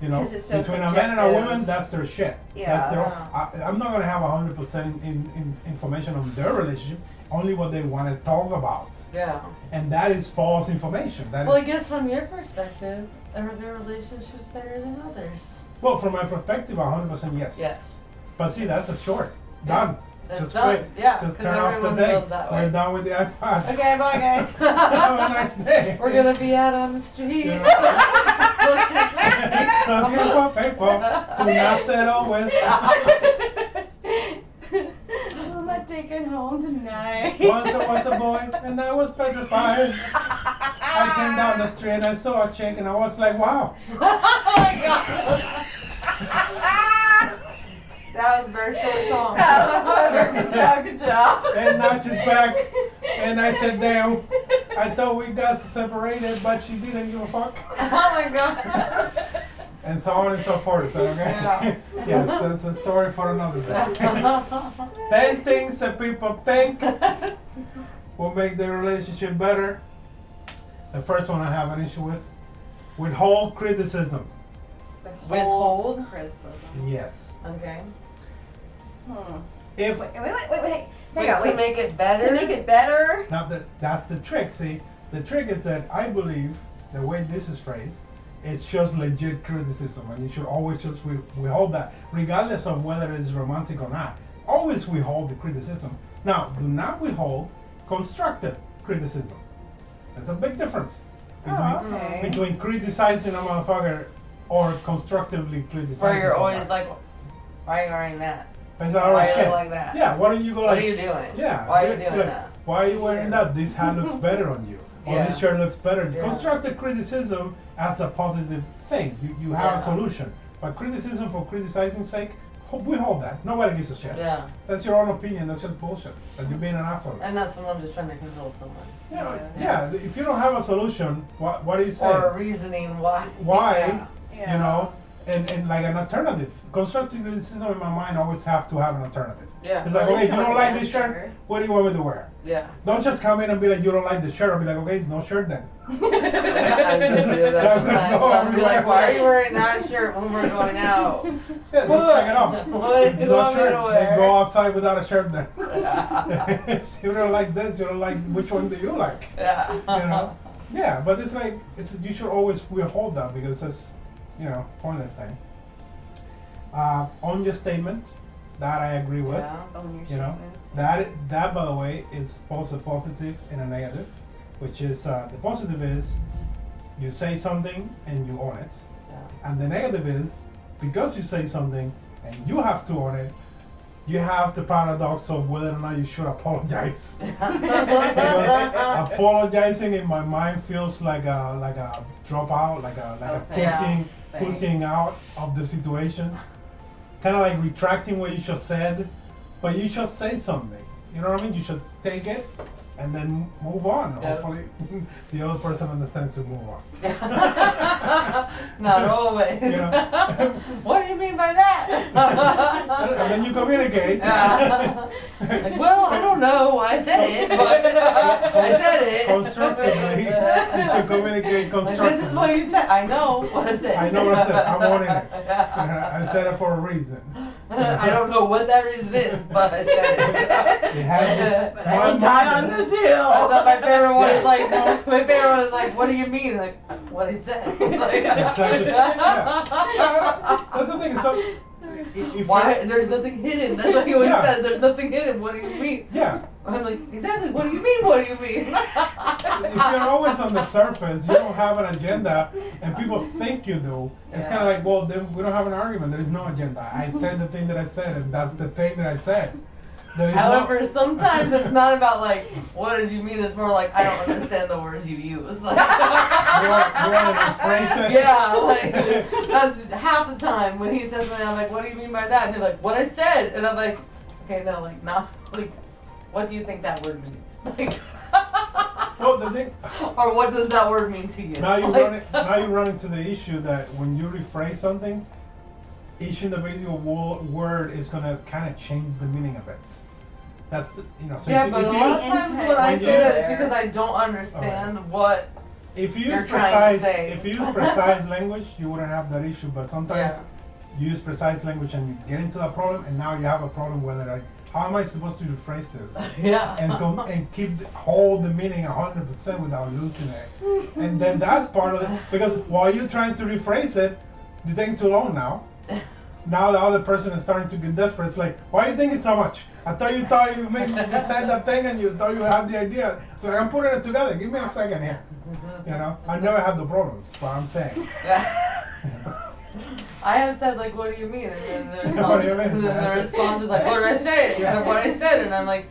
Speaker 2: you know,
Speaker 3: 'Cause it's so
Speaker 2: between a man and a
Speaker 3: subjective.
Speaker 2: woman, that's their shit.
Speaker 3: Yeah.
Speaker 2: That's their. I, I'm not gonna have hundred percent in, in information on their relationship. Only what they want to talk about,
Speaker 1: Yeah.
Speaker 2: and that is false information. That is
Speaker 1: Well, I guess from your perspective, are their relationships better than others?
Speaker 2: Well, from my perspective, 100% yes.
Speaker 1: Yes.
Speaker 2: But see, that's a short.
Speaker 1: Yeah.
Speaker 2: Done.
Speaker 1: That's
Speaker 2: Just
Speaker 1: done.
Speaker 2: quit.
Speaker 1: Yeah,
Speaker 2: Just
Speaker 1: 'cause
Speaker 2: turn off the
Speaker 1: everyone
Speaker 2: thing.
Speaker 1: feels that
Speaker 2: We're
Speaker 1: way.
Speaker 2: done with the iPod.
Speaker 1: Okay, bye guys.
Speaker 2: Have a nice day.
Speaker 1: We're gonna be out on the street.
Speaker 2: You know? Some people pay for to not settle with.
Speaker 3: I'm not taking home tonight.
Speaker 2: Once I was a boy and I was petrified. I came down the street and I saw a chick and I was like, wow.
Speaker 1: oh my god. That was very short song.
Speaker 3: That was clever. Good job. Good job.
Speaker 2: And now she's back. And I said, damn, I thought we got separated, but she didn't give a fuck.
Speaker 1: oh my god.
Speaker 2: And so on and so forth. Okay?
Speaker 1: Yeah.
Speaker 2: yes, that's a story for another day. 10 things that people think will make their relationship better. The first one I have an issue with withhold criticism.
Speaker 1: Withhold?
Speaker 3: criticism.
Speaker 2: Yes.
Speaker 1: okay.
Speaker 3: Hmm.
Speaker 2: If
Speaker 3: Wait, wait, wait, wait, wait.
Speaker 1: Wait,
Speaker 3: Hang on,
Speaker 1: to
Speaker 3: wait.
Speaker 1: make it better.
Speaker 3: To make it better.
Speaker 2: now that that's the trick, see, the trick is that I believe the way this is phrased, it's just legit criticism, and you should always just we withhold that, regardless of whether it's romantic or not. Always withhold the criticism. Now, do not withhold constructive criticism. There's a big difference between,
Speaker 3: Oh, okay.
Speaker 2: between criticizing a motherfucker or constructively criticizing.
Speaker 1: where you're always
Speaker 2: somebody.
Speaker 1: like, why are you wearing that?
Speaker 2: That's
Speaker 1: Why
Speaker 2: how I
Speaker 1: are you
Speaker 2: feel.
Speaker 1: like that?
Speaker 2: Yeah, why don't you go
Speaker 1: What
Speaker 2: like
Speaker 1: are you doing?
Speaker 2: Yeah.
Speaker 1: Why are
Speaker 2: yeah,
Speaker 1: you doing
Speaker 2: like,
Speaker 1: that?
Speaker 2: Why are you wearing that? This hat looks better on you. Or
Speaker 1: Yeah.
Speaker 2: this shirt looks better.
Speaker 1: Yeah.
Speaker 2: Constructive criticism as a positive thing. You, you have
Speaker 1: Yeah.
Speaker 2: a solution. But criticism for criticizing sake, ho- we hold that. Nobody gives a shit.
Speaker 1: Yeah. Uh,
Speaker 2: That's your own opinion. That's just bullshit. That you're being an asshole.
Speaker 1: And that's someone just trying to control someone.
Speaker 2: You know, yeah. If you don't have a solution, what what do you say?
Speaker 1: Or reasoning why.
Speaker 2: Why?
Speaker 1: Yeah.
Speaker 3: Yeah.
Speaker 2: You know, and, and like an alternative. Constructive criticism in my mind always have to have an alternative.
Speaker 1: Yeah.
Speaker 2: It's like,
Speaker 3: At least
Speaker 2: okay, you
Speaker 3: come
Speaker 2: don't
Speaker 3: up with
Speaker 2: like
Speaker 3: an
Speaker 2: this shirt.
Speaker 3: answer.
Speaker 2: What do you want me to wear?
Speaker 1: Yeah.
Speaker 2: Don't just come in and be like, you don't like the shirt. I'll be like, okay, no shirt then.
Speaker 1: I just do that sometimes. I'll be like, why are you wearing that shirt when we're going out?
Speaker 2: Yeah, just take it off.
Speaker 1: What do you
Speaker 2: no
Speaker 1: want me
Speaker 2: shirt. Then
Speaker 1: to wear?
Speaker 2: go outside without a shirt then. if you don't like this, you don't like, which one do you like?
Speaker 1: Yeah.
Speaker 2: You know? Yeah, but it's like, it's you should always withhold that because it's, you know, pointless thing. Uh, on your statements, that I agree with.
Speaker 1: Yeah.
Speaker 3: Own your
Speaker 2: You know?
Speaker 3: statements.
Speaker 2: That that by the way is both a positive and a negative, which is uh, the positive is you say something and you own it,
Speaker 1: Yeah.
Speaker 2: and the negative is because you say something and you have to own it, you have the paradox of whether or not you should apologize. because
Speaker 1: yeah.
Speaker 2: apologizing in my mind feels like a like a dropout, like a like a
Speaker 3: Okay.
Speaker 2: pushing
Speaker 3: Oh, Thanks.
Speaker 2: pushing out of the situation. Kind of like retracting what you just said, but you should say something. You know what I mean? You should take it and then move on.
Speaker 1: Yeah.
Speaker 2: Hopefully, the other person understands to move on.
Speaker 1: Not always.
Speaker 2: You know.
Speaker 1: what do you mean by that?
Speaker 2: and then you communicate.
Speaker 1: Yeah. Like, well, I don't know. I said it, but uh, I said it.
Speaker 2: Constructively. You should communicate
Speaker 1: Like, this is what
Speaker 2: constructively.
Speaker 1: you said. I know what I said.
Speaker 2: I know what I said. I'm owning it. I
Speaker 1: I
Speaker 2: said it for a reason.
Speaker 1: I don't know what that reason is, but I said it.
Speaker 2: It has this
Speaker 1: Uh,
Speaker 3: But
Speaker 2: one
Speaker 3: I'm
Speaker 2: moment-
Speaker 3: hill.
Speaker 1: I thought my favorite one is like,
Speaker 2: Oh. Yeah.
Speaker 1: my favorite one is like, what do you mean? Like, what he said. Like,
Speaker 2: Exactly. Yeah. That's the thing. So, i- if
Speaker 1: Why?
Speaker 2: you-
Speaker 1: There's nothing hidden. That's what he always
Speaker 2: Yeah.
Speaker 1: says. There's nothing hidden. What do you mean?
Speaker 2: Yeah.
Speaker 1: I'm like, exactly. What do you mean? What do you mean?
Speaker 2: If you're always on the surface, you don't have an agenda, and people think you do. It's
Speaker 1: Yeah.
Speaker 2: kind of like, well, then we don't have an argument. There is no agenda. I said the thing that I said, and that's the thing that I said. There is no-
Speaker 1: However, sometimes it's not about like, what did you mean? It's more like, I don't understand the words you use. Like,
Speaker 2: you want, you want to rephrase it?
Speaker 1: yeah, like that's half the time when he says something, I'm like, what do you mean by that? And they're like, what I said, and I'm like, okay, no, like, nah, like, what do you think that word means? Like,
Speaker 2: Well, the thing,
Speaker 1: or what does that word mean to you?
Speaker 2: now you
Speaker 1: like,
Speaker 2: run it, now you run into the issue that when you rephrase something, each individual wo- word is gonna kind of change the meaning of it. That's the, you know. So
Speaker 1: yeah,
Speaker 2: if,
Speaker 1: but a
Speaker 2: if
Speaker 1: lot of
Speaker 2: you,
Speaker 1: times when I say
Speaker 2: When
Speaker 1: that,
Speaker 3: you-
Speaker 1: it's because I don't understand what.
Speaker 2: if you
Speaker 1: you're
Speaker 2: use
Speaker 1: trying to
Speaker 2: precise
Speaker 1: say.
Speaker 2: if you use precise language, you wouldn't have that issue. But sometimes
Speaker 1: Yeah.
Speaker 2: you use precise language and you get into that problem, and now you have a problem whether like how am I supposed to rephrase this
Speaker 1: Yeah.
Speaker 2: and go and keep the, hold the meaning hundred percent without losing it. And then that's part of it because while you're trying to rephrase it, you're taking too long now. Now the other person is starting to get desperate. It's like, why are you thinking so much? I thought you thought you made you said that thing and you thought you had the idea. So I'm putting it together. Give me a second here. You know, I never had the problems, but I'm saying.
Speaker 1: I have said like, what do you mean? And then the
Speaker 2: What
Speaker 1: response,
Speaker 2: do you mean?
Speaker 1: and then the response is like, what did I say?
Speaker 2: Yeah.
Speaker 1: And what I said, and I'm like,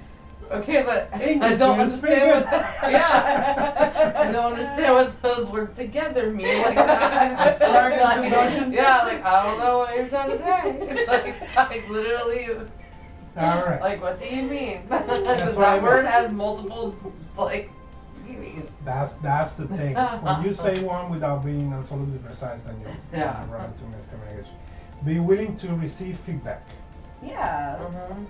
Speaker 1: okay, but I
Speaker 2: English,
Speaker 1: don't
Speaker 2: you speak
Speaker 1: understand. What,
Speaker 2: it.
Speaker 1: yeah, I don't understand what those words together mean. Like,
Speaker 2: Asparagus
Speaker 1: like,
Speaker 2: and Russian?
Speaker 1: yeah, like I don't know what you're trying to say. Like, I literally,
Speaker 2: All right.
Speaker 1: like, what do you mean?
Speaker 2: That's
Speaker 1: that
Speaker 2: what I mean.
Speaker 1: word has multiple like meanings.
Speaker 2: That's that's the thing. When you say one without being absolutely precise, then you
Speaker 1: Yeah.
Speaker 2: you run into miscommunication. Be willing to receive feedback.
Speaker 3: Yeah.
Speaker 1: Mhm.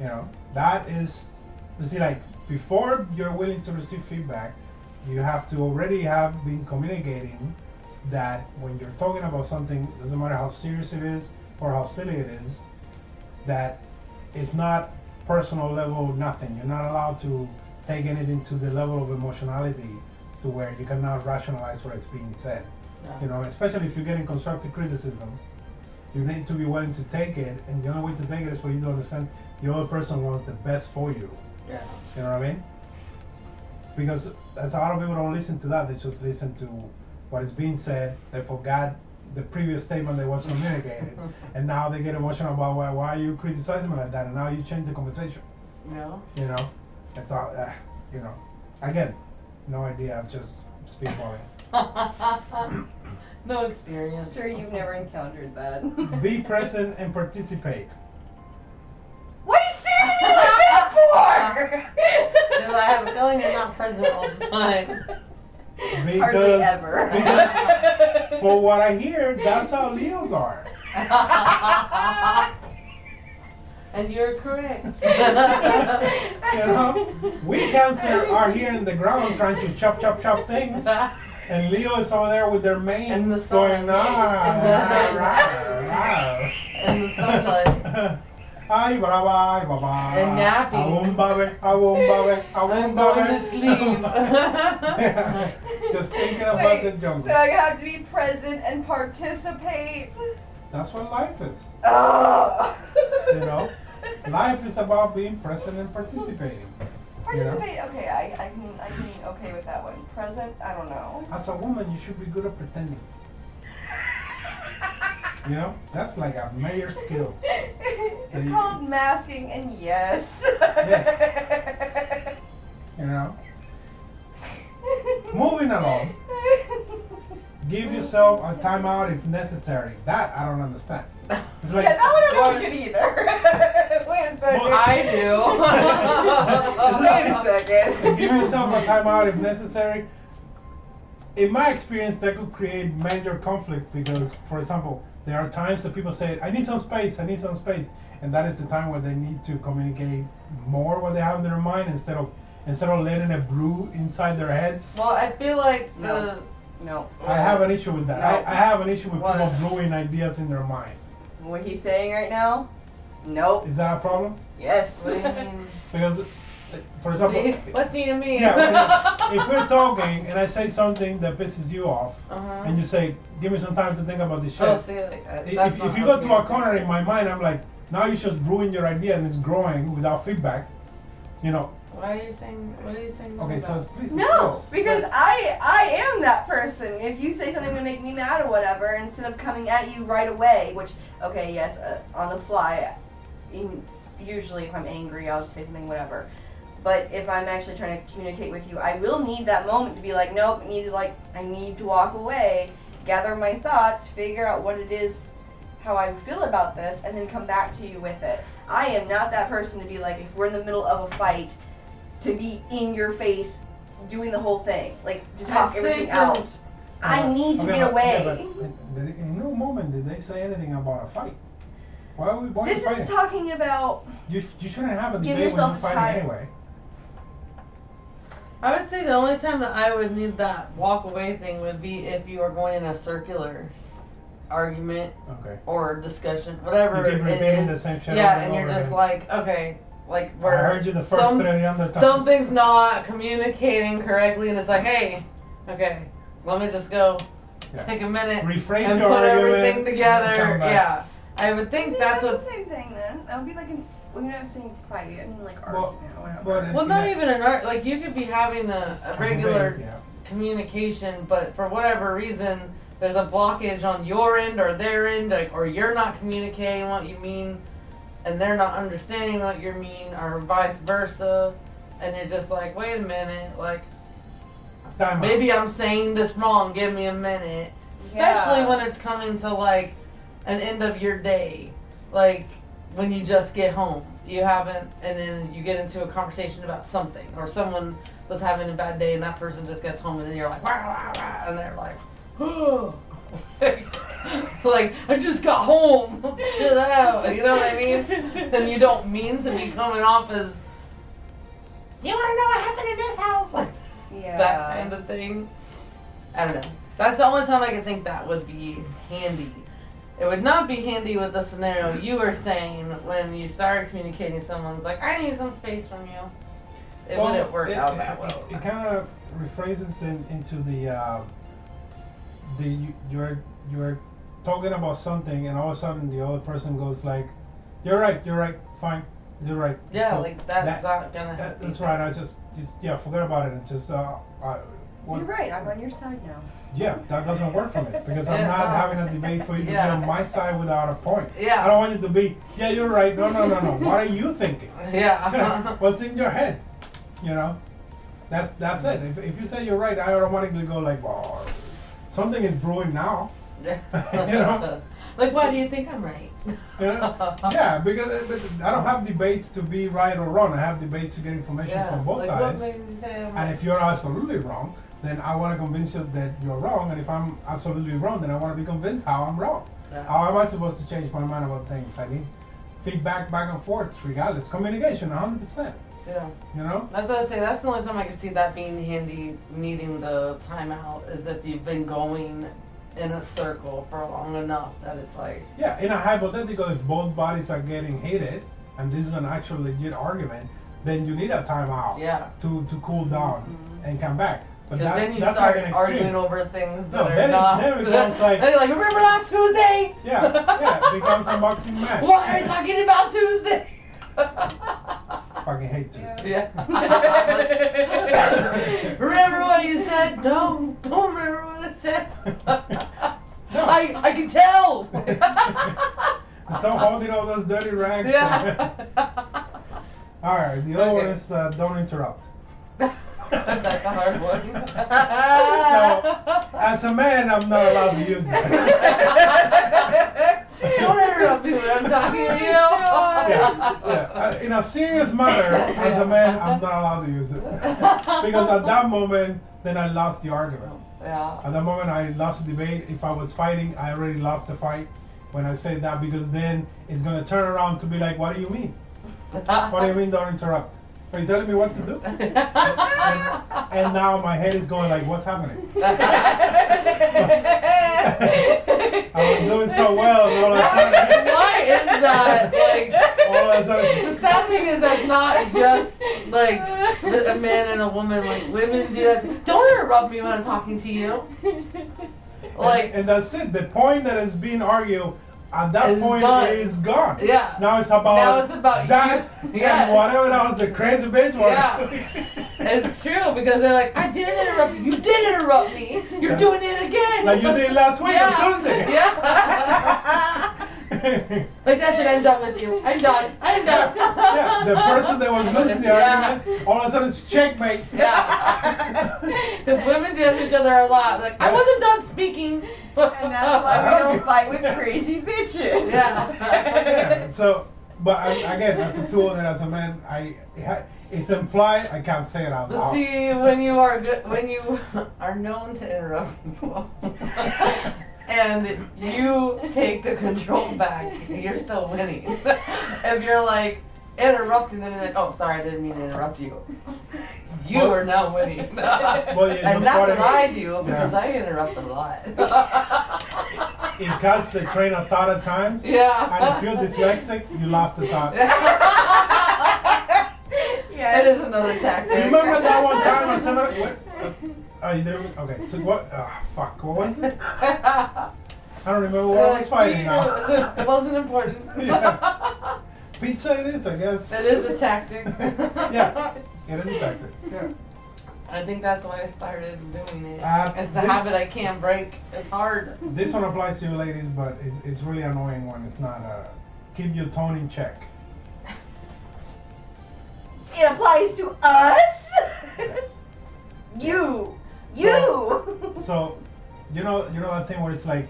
Speaker 2: You know, that is, you see, like before you're willing to receive feedback, you have to already have been communicating that when you're talking about something, doesn't matter how serious it is or how silly it is, that it's not personal level, nothing. You're not allowed to take anything to the level of emotionality to where you cannot rationalize what is being said. You know, especially if you're getting constructive criticism, you need to be willing to take it, and the only way to take it is for you to understand the other person wants the best for you.
Speaker 1: Yeah.
Speaker 2: You know what I mean? Because as a lot of people don't listen to that, they just listen to what is being said. They forgot the previous statement that was communicated, and now they get emotional about why, why are you criticizing me like that, and now you change the conversation.
Speaker 1: You know.
Speaker 2: You know, it's all, uh, you know, again, no idea. I'm just speedballing.
Speaker 1: no experience.
Speaker 3: Sure, you've never encountered that.
Speaker 2: Be present and participate.
Speaker 3: What are you staring at me like that for?
Speaker 1: Because I have a feeling you're not present all the time.
Speaker 3: Hardly
Speaker 2: Because-
Speaker 3: ever.
Speaker 2: because For what I hear, that's how Leos are.
Speaker 1: and you're correct.
Speaker 2: You know, we Cancer are here in the ground trying to chop, chop, chop things, and Leo is over there with their mane
Speaker 1: And the
Speaker 2: going
Speaker 1: sun.
Speaker 2: rah, rah, rah, rah."
Speaker 1: and the sunlight.
Speaker 2: Ay, brava, ay, baba.
Speaker 1: And napping.
Speaker 2: Awumbabe, awumbabe,
Speaker 1: I'm going to
Speaker 2: awumbabe.
Speaker 1: sleep.
Speaker 2: Just thinking about the
Speaker 3: Wait,
Speaker 2: jungle.
Speaker 3: So you have to be present and participate.
Speaker 2: That's what life is.
Speaker 3: Oh.
Speaker 2: You know? Life is about being present and participating.
Speaker 3: Participate. Okay, I, I can I can okay with that one. Present. I don't know.
Speaker 2: As a woman, you should be good at pretending. You know, that's like a major skill.
Speaker 3: it's
Speaker 2: you-
Speaker 3: called masking, and yes.
Speaker 2: Yes. You know, Moving along. give yourself a timeout if necessary. That I don't understand. It's like
Speaker 3: yeah, that one I
Speaker 1: Well-
Speaker 3: don't get either. Wait a second.
Speaker 2: Well,
Speaker 1: I do.
Speaker 3: Wait a
Speaker 2: and
Speaker 3: second.
Speaker 2: give yourself a timeout if necessary. In my experience, that could create major conflict because, for example, there are times that people say, "I need some space. I need some space," and that is the time where they need to communicate more what they have in their mind instead of instead of letting it brew inside their heads.
Speaker 1: Well, I feel like the.
Speaker 3: No. No.
Speaker 2: I have an issue with that. I, I have an issue with
Speaker 1: Why?
Speaker 2: people brewing ideas in their mind.
Speaker 3: What he's saying right now? Nope.
Speaker 2: Is that a problem?
Speaker 3: Yes.
Speaker 1: What do you mean?
Speaker 2: Because, uh, for example,
Speaker 1: See? What do you mean?
Speaker 2: Yeah, if we're talking and I say something that pisses you off,
Speaker 1: Uh-huh.
Speaker 2: and you say, "Give me some time to think about this shit,"
Speaker 1: Oh, see, like, uh,
Speaker 2: if,
Speaker 1: that's
Speaker 2: if
Speaker 1: not
Speaker 2: you go to a
Speaker 1: okay.
Speaker 2: corner in my mind, I'm like, now you're just brewing your idea and it's growing without feedback. You know.
Speaker 1: Why are you saying? What are you saying?
Speaker 2: Okay,
Speaker 1: about?
Speaker 2: so please.
Speaker 3: No,
Speaker 2: let's-
Speaker 3: because
Speaker 2: let's-
Speaker 3: I I am that person. If you say something to make me mad or whatever, instead of coming at you right away, which okay, yes, uh, on the fly, in, usually if I'm angry, I'll just say something whatever. But if I'm actually trying to communicate with you, I will need that moment to be like, nope, I need to like I need to walk away, gather my thoughts, figure out what it is, how I feel about this, and then come back to you with it. I am not that person to be like if we're in the middle of a fight, to be in your face doing the whole thing, like to talk
Speaker 1: I'd
Speaker 3: everything
Speaker 1: say
Speaker 3: out.
Speaker 1: don't. Uh-huh.
Speaker 3: I need to
Speaker 2: Uh, Okay,
Speaker 3: get
Speaker 2: but- yeah, but
Speaker 3: away.
Speaker 2: did- did- in no moment did they say anything about a fight. Why are we why are you
Speaker 3: This
Speaker 2: fighting?
Speaker 3: is talking about
Speaker 2: you, sh- you shouldn't have a
Speaker 3: Give
Speaker 2: debate
Speaker 3: yourself
Speaker 2: when you're
Speaker 3: time.
Speaker 2: fighting anyway.
Speaker 1: I would say the only time that I would need that walk away thing would be if you are going in a circular argument
Speaker 2: Okay.
Speaker 1: or discussion, whatever
Speaker 2: you keep
Speaker 1: it
Speaker 2: repeating the
Speaker 1: is.
Speaker 2: same shit.
Speaker 1: Yeah,
Speaker 2: over
Speaker 1: and you're
Speaker 2: over
Speaker 1: just
Speaker 2: again.
Speaker 1: like, okay, like
Speaker 2: I
Speaker 1: we're
Speaker 2: heard you the first
Speaker 1: some-
Speaker 2: 300 times.
Speaker 1: something's not communicating correctly, and it's like, hey, okay, let me just go
Speaker 2: Yeah.
Speaker 1: take a minute
Speaker 2: Rephrase
Speaker 1: and
Speaker 2: your
Speaker 1: put
Speaker 2: argument,
Speaker 1: everything together.
Speaker 2: come back.
Speaker 1: Yeah, I would think
Speaker 3: See,
Speaker 1: that's what's
Speaker 3: the same thing. Then that would be like an we're not saying fight. I mean like
Speaker 2: Well,
Speaker 3: argument or whatever.
Speaker 2: but-
Speaker 1: Well, not
Speaker 2: Yeah.
Speaker 1: even an art. Like you could be having a, a regular
Speaker 2: Yeah.
Speaker 1: communication, but for whatever reason, there's a blockage on your end or their end, like, or you're not communicating what you mean, and they're not understanding what you mean, or vice versa. And you're just like, wait a minute, like
Speaker 2: Time out.
Speaker 1: maybe I'm saying this wrong. Give me a minute. Especially
Speaker 3: Yeah.
Speaker 1: when it's coming to like an end of your day, like when you just get home, you haven't, and then you get into a conversation about something, or someone was having a bad day, and that person just gets home, and then you're like, wah, wah, wah, and they're like, oh. like I just got home, chill out, you know what I mean? And you don't mean to be coming off as, you want to know what happened in this house, like
Speaker 3: yeah.
Speaker 1: that kind of thing. I don't know. That's the only time I could think that would be handy. It would not be handy with the scenario you were saying when you started communicating. with Someone's like, "I need some space from you." It
Speaker 2: Well,
Speaker 1: wouldn't work
Speaker 2: it-
Speaker 1: out
Speaker 2: it-
Speaker 1: that
Speaker 2: it-
Speaker 1: well.
Speaker 2: It, kind of rephrases in, into the uh, the you- you're you're talking about something, and all of a sudden the other person goes like, "You're right. You're right. Fine. You're right."
Speaker 1: yeah,
Speaker 2: cool."
Speaker 1: like that's
Speaker 2: that-
Speaker 1: not gonna
Speaker 2: that-
Speaker 1: happen.
Speaker 2: that's right. I just, just yeah, forget about it and just uh, I, what,
Speaker 3: You're right. I'm on your side now.
Speaker 2: yeah, that doesn't work for me because
Speaker 1: Yeah.
Speaker 2: I'm not having a debate for you to
Speaker 1: Yeah.
Speaker 2: be on my side without a point. I
Speaker 1: Yeah,
Speaker 2: don't want you to be, yeah, you're right. No, no, no, no. What are you thinking?
Speaker 1: yeah.
Speaker 2: what's in your head you know that's that's it if, if you say you're right i automatically go like well something is brewing now You know?
Speaker 1: Like, why do you think I'm right?
Speaker 2: you know? yeah because I- but i don't have debates to be right or wrong i have debates to get information
Speaker 1: Yeah,
Speaker 2: from both
Speaker 1: like, what
Speaker 2: sides
Speaker 1: made you say I'm
Speaker 2: and
Speaker 1: right?
Speaker 2: if you're absolutely wrong then i want to convince you that you're wrong and if i'm absolutely wrong then i want to be convinced how i'm wrong
Speaker 1: Yeah.
Speaker 2: how am i supposed to change my mind about things i need feedback back and forth regardless communication 100%
Speaker 1: yeah.
Speaker 2: you know
Speaker 1: That's what I was saying. That's the only time I could see that being handy, needing the timeout, is if you've been going in a circle for long enough that it's like,
Speaker 2: Yeah, in a hypothetical, if both bodies are getting heated, and this is an actual legit argument, then you need a timeout
Speaker 1: yeah.
Speaker 2: to, to cool down and come back. But
Speaker 1: Because
Speaker 2: that's,
Speaker 1: then you
Speaker 2: that's
Speaker 1: start
Speaker 2: like an extreme.
Speaker 1: arguing over things that
Speaker 2: No,
Speaker 1: are
Speaker 2: then it-
Speaker 1: not.
Speaker 2: then it becomes like-
Speaker 1: then you're like, remember last Tuesday?
Speaker 2: Yeah, yeah, it becomes a boxing match.
Speaker 1: Why are you talking about Tuesday?
Speaker 2: Fucking hate Tuesday.
Speaker 1: yeah. remember what you said? No, don't remember what I said.
Speaker 2: No,
Speaker 1: I, I can tell.
Speaker 2: Stop holding all those dirty rags.
Speaker 1: Yeah.
Speaker 2: all right. The other one
Speaker 1: Okay.
Speaker 2: is uh, don't interrupt.
Speaker 1: That's a hard one.
Speaker 2: As a man, I'm not allowed to use that.
Speaker 1: Don't interrupt me when I'm talking to you.
Speaker 2: yeah, yeah. In a serious matter, as a man, I'm not allowed to use it because at that moment, then I lost the argument.
Speaker 1: Yeah.
Speaker 2: At that moment, I lost the debate. If I was fighting, I already lost the fight when I said that because then it's gonna turn around to be like, "What do you mean? What do you mean? Don't interrupt? Are you telling me what to do?" And now my head is going like, "What's happening? I was doing so well, and all of a sudden,
Speaker 1: Why is that like?
Speaker 2: all of a sudden,
Speaker 1: The sad thing is that's not just like a man and a woman. Like women do that. too. Don't interrupt me when I'm talking to you. Like
Speaker 2: and, and that's it. The point that is being argued at that
Speaker 1: Is
Speaker 2: point
Speaker 1: gone.
Speaker 2: is gone.
Speaker 1: Yeah.
Speaker 2: Now it's about
Speaker 1: Now it's about
Speaker 2: that
Speaker 1: you. Yes.
Speaker 2: and whatever that was the crazy bitch was.
Speaker 1: It's true because they're like, I didn't interrupt you. You did interrupt me. You're
Speaker 2: Yeah.
Speaker 1: doing it again.
Speaker 2: like you did last week
Speaker 1: yeah.
Speaker 2: on Tuesday.
Speaker 1: Yeah. like that's it. I'm done with you. I'm done. I'm done.
Speaker 2: yeah, the person that was losing the
Speaker 1: Yeah.
Speaker 2: argument, all of a sudden it's checkmate.
Speaker 1: Yeah. Because women do that to each other a lot. Like I
Speaker 2: Yeah.
Speaker 1: wasn't done speaking.
Speaker 4: And that's why we don't fight with crazy bitches.
Speaker 1: Yeah.
Speaker 2: Yeah, So, but I, again, as a tool and as a man, I it ha- it's implied. I can't say it out
Speaker 1: But
Speaker 2: loud.
Speaker 1: see, when you are good, when you are known to interrupt people, and you take the control back, you're still winning. if you're like interrupting them, and like, oh, sorry, I didn't mean to interrupt you. You
Speaker 2: Well-
Speaker 1: are now winning.
Speaker 2: Well, you
Speaker 1: and
Speaker 2: know
Speaker 1: that's
Speaker 2: what
Speaker 1: what
Speaker 2: I-
Speaker 1: I do because I interrupt a lot.
Speaker 2: It cuts the train of thought at times. And if
Speaker 1: yeah.
Speaker 2: you're dyslexic, you lost the thought.
Speaker 1: that
Speaker 4: Yes.
Speaker 1: is another tactic.
Speaker 2: Remember that one time when somebody? What? Oh, you didn't. Okay. So what? Ah, fuck. What was it? I don't remember what I was fighting now.
Speaker 1: It wasn't important.
Speaker 2: Yeah. Pizza it is, I guess.
Speaker 1: That is a tactic.
Speaker 2: Yeah. It is effective.
Speaker 1: I think that's why I started doing it.
Speaker 2: Uh,
Speaker 1: it's a
Speaker 2: this-
Speaker 1: habit I can't break. It's hard.
Speaker 2: This one applies to you ladies, but it's, it's really annoying when it's not. Uh, keep your tone in check.
Speaker 4: It applies to us.
Speaker 2: Yes.
Speaker 4: you. You.
Speaker 2: So, you know, you know that thing where it's like,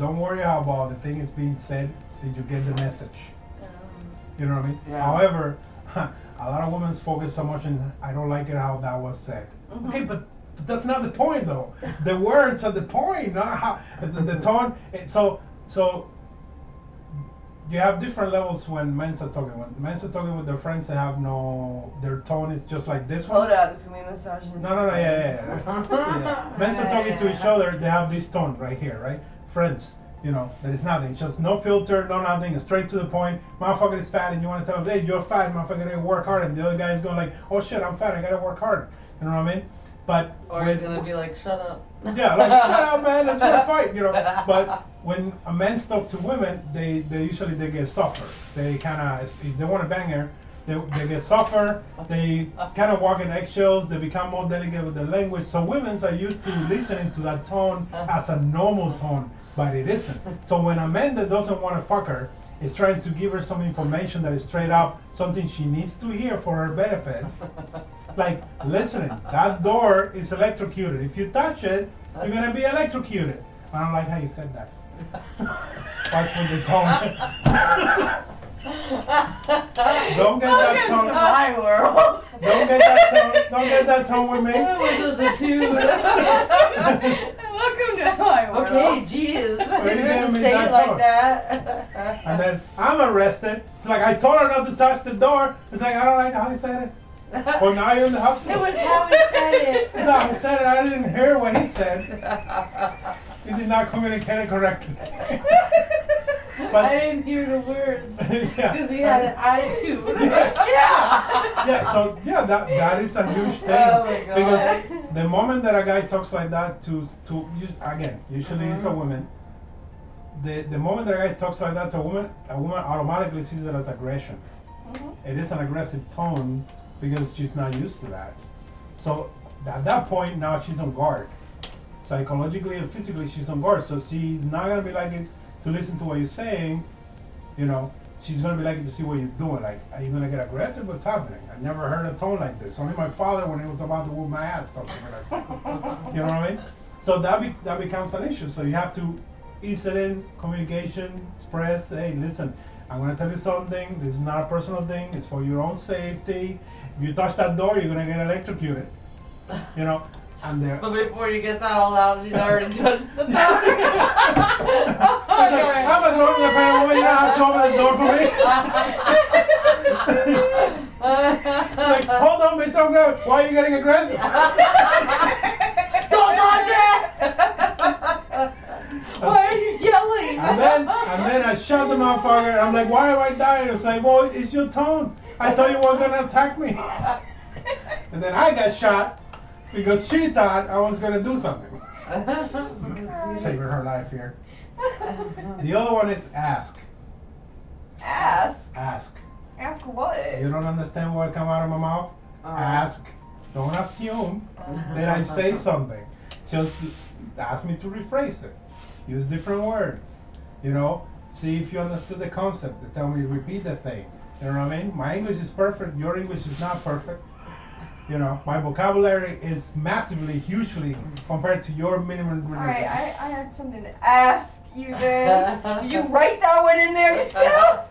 Speaker 2: don't worry about the thing that's being said. Did you get the message? You know what I mean?
Speaker 1: Yeah.
Speaker 2: However, a lot of women focus so much on I don't like it how that was said.
Speaker 3: Mm-hmm.
Speaker 2: Okay, but that's not the point though. The words are the point, not how the, the tone. And so so you have different levels when men are talking. When men are talking with their friends, they have no. Their tone is just like this one.
Speaker 3: Hold up, it's gonna be misogynist.
Speaker 2: No, no, no, yeah, yeah, yeah. Yeah. Men are talking to each other, they have this tone right here, right? Friends, you know, there is nothing, just no filter, no nothing, straight to the point. Motherfucker is fat, and you want to tell him, hey, you're fat, motherfucker, didn't work hard. And the other guy is going like, oh shit, I'm fat, I gotta work hard. You know what I mean? But
Speaker 1: Or
Speaker 2: when-
Speaker 1: he's gonna be like, shut up.
Speaker 2: yeah, like shut up, man, let's want to fight, you know. But when a man talk to women, they they usually they get softer. They kind of if they want to bang her, they, they get softer. They kind of walk in eggshells. They become more delicate with their language. So women are used to listening to that tone as a normal tone, but it isn't. So when a man that doesn't want to fuck her is trying to give her some information that is straight up something she needs to hear for her benefit like listening that door is electrocuted if you touch it you're gonna be electrocuted i don't like how you said that that's what they told me don't get that
Speaker 4: Welcome to
Speaker 2: tone
Speaker 4: my world.
Speaker 2: don't get that tone don't get that tone with me
Speaker 1: Which is the two.
Speaker 4: Welcome to my world.
Speaker 1: okay, jeez.
Speaker 2: you
Speaker 1: You're
Speaker 2: giving
Speaker 1: gonna
Speaker 2: me
Speaker 1: say
Speaker 2: that
Speaker 1: it like
Speaker 2: talk?
Speaker 1: that.
Speaker 2: and then i'm arrested it's like i told her not to touch the door it's like i don't like how you said it well now you're in the
Speaker 1: it
Speaker 2: hospital
Speaker 1: was how he said
Speaker 2: it's like, i said it i didn't hear what he said
Speaker 1: it.
Speaker 2: he did not communicate it correctly
Speaker 1: I didn't hear the words
Speaker 2: yeah
Speaker 1: because he had an attitude.
Speaker 4: Yeah.
Speaker 2: yeah, so yeah, that that is a huge thing
Speaker 1: Oh my God.
Speaker 2: because the moment that a guy talks like that to to us- again, usually it's
Speaker 1: Mm-hmm.
Speaker 2: a woman. The the moment that a guy talks like that to a woman, a woman automatically sees it as aggression. It is an aggressive tone because she's not used to that. So at that point, now she's on guard. psychologically and physically she's on board. So she's not gonna be liking to listen to what you're saying. You know, she's gonna be liking to see what you're doing. Like, are you gonna get aggressive? What's happening? I never heard a tone like this. Only my father, when he was about to whoop my ass, talked to me like. that. You know what I mean? So that be, that becomes an issue. So you have to ease it in, communication, express, hey, listen, I'm gonna tell you something. This is not a personal thing. It's for your own safety. If you touch that door, you're gonna get electrocuted. You know, and there.
Speaker 1: But before you get that all out, she's already touched the
Speaker 2: It's like, I'm a grown up woman. You don't have to open the door for me. like,
Speaker 1: door.
Speaker 2: hold on, bitch. I'm gonna- Why are you getting aggressive?
Speaker 1: Don't touch it! Why are you yelling?
Speaker 2: And then, and then I shot the motherfucker. and I'm like, why am I dying? It's like, well, it's your tone. I thought you were gonna attack me. And then I got shot because she thought I was gonna do something. Saving her life here. The other one is ask,
Speaker 4: Ask.
Speaker 2: ask.
Speaker 4: Ask what?
Speaker 2: You don't understand what come out of my mouth?
Speaker 1: Uh-huh.
Speaker 2: Ask. Don't assume that I say something. Just ask me to rephrase it. Use different words. You know, see if you understood the concept. They tell me repeat the thing. You know what I mean? My English is perfect. Your English is not perfect. You know, my vocabulary is massively, hugely compared to your minimum.
Speaker 4: All
Speaker 2: reading.
Speaker 4: right, I, I have something to ask you then. Did you write that one in there yourself?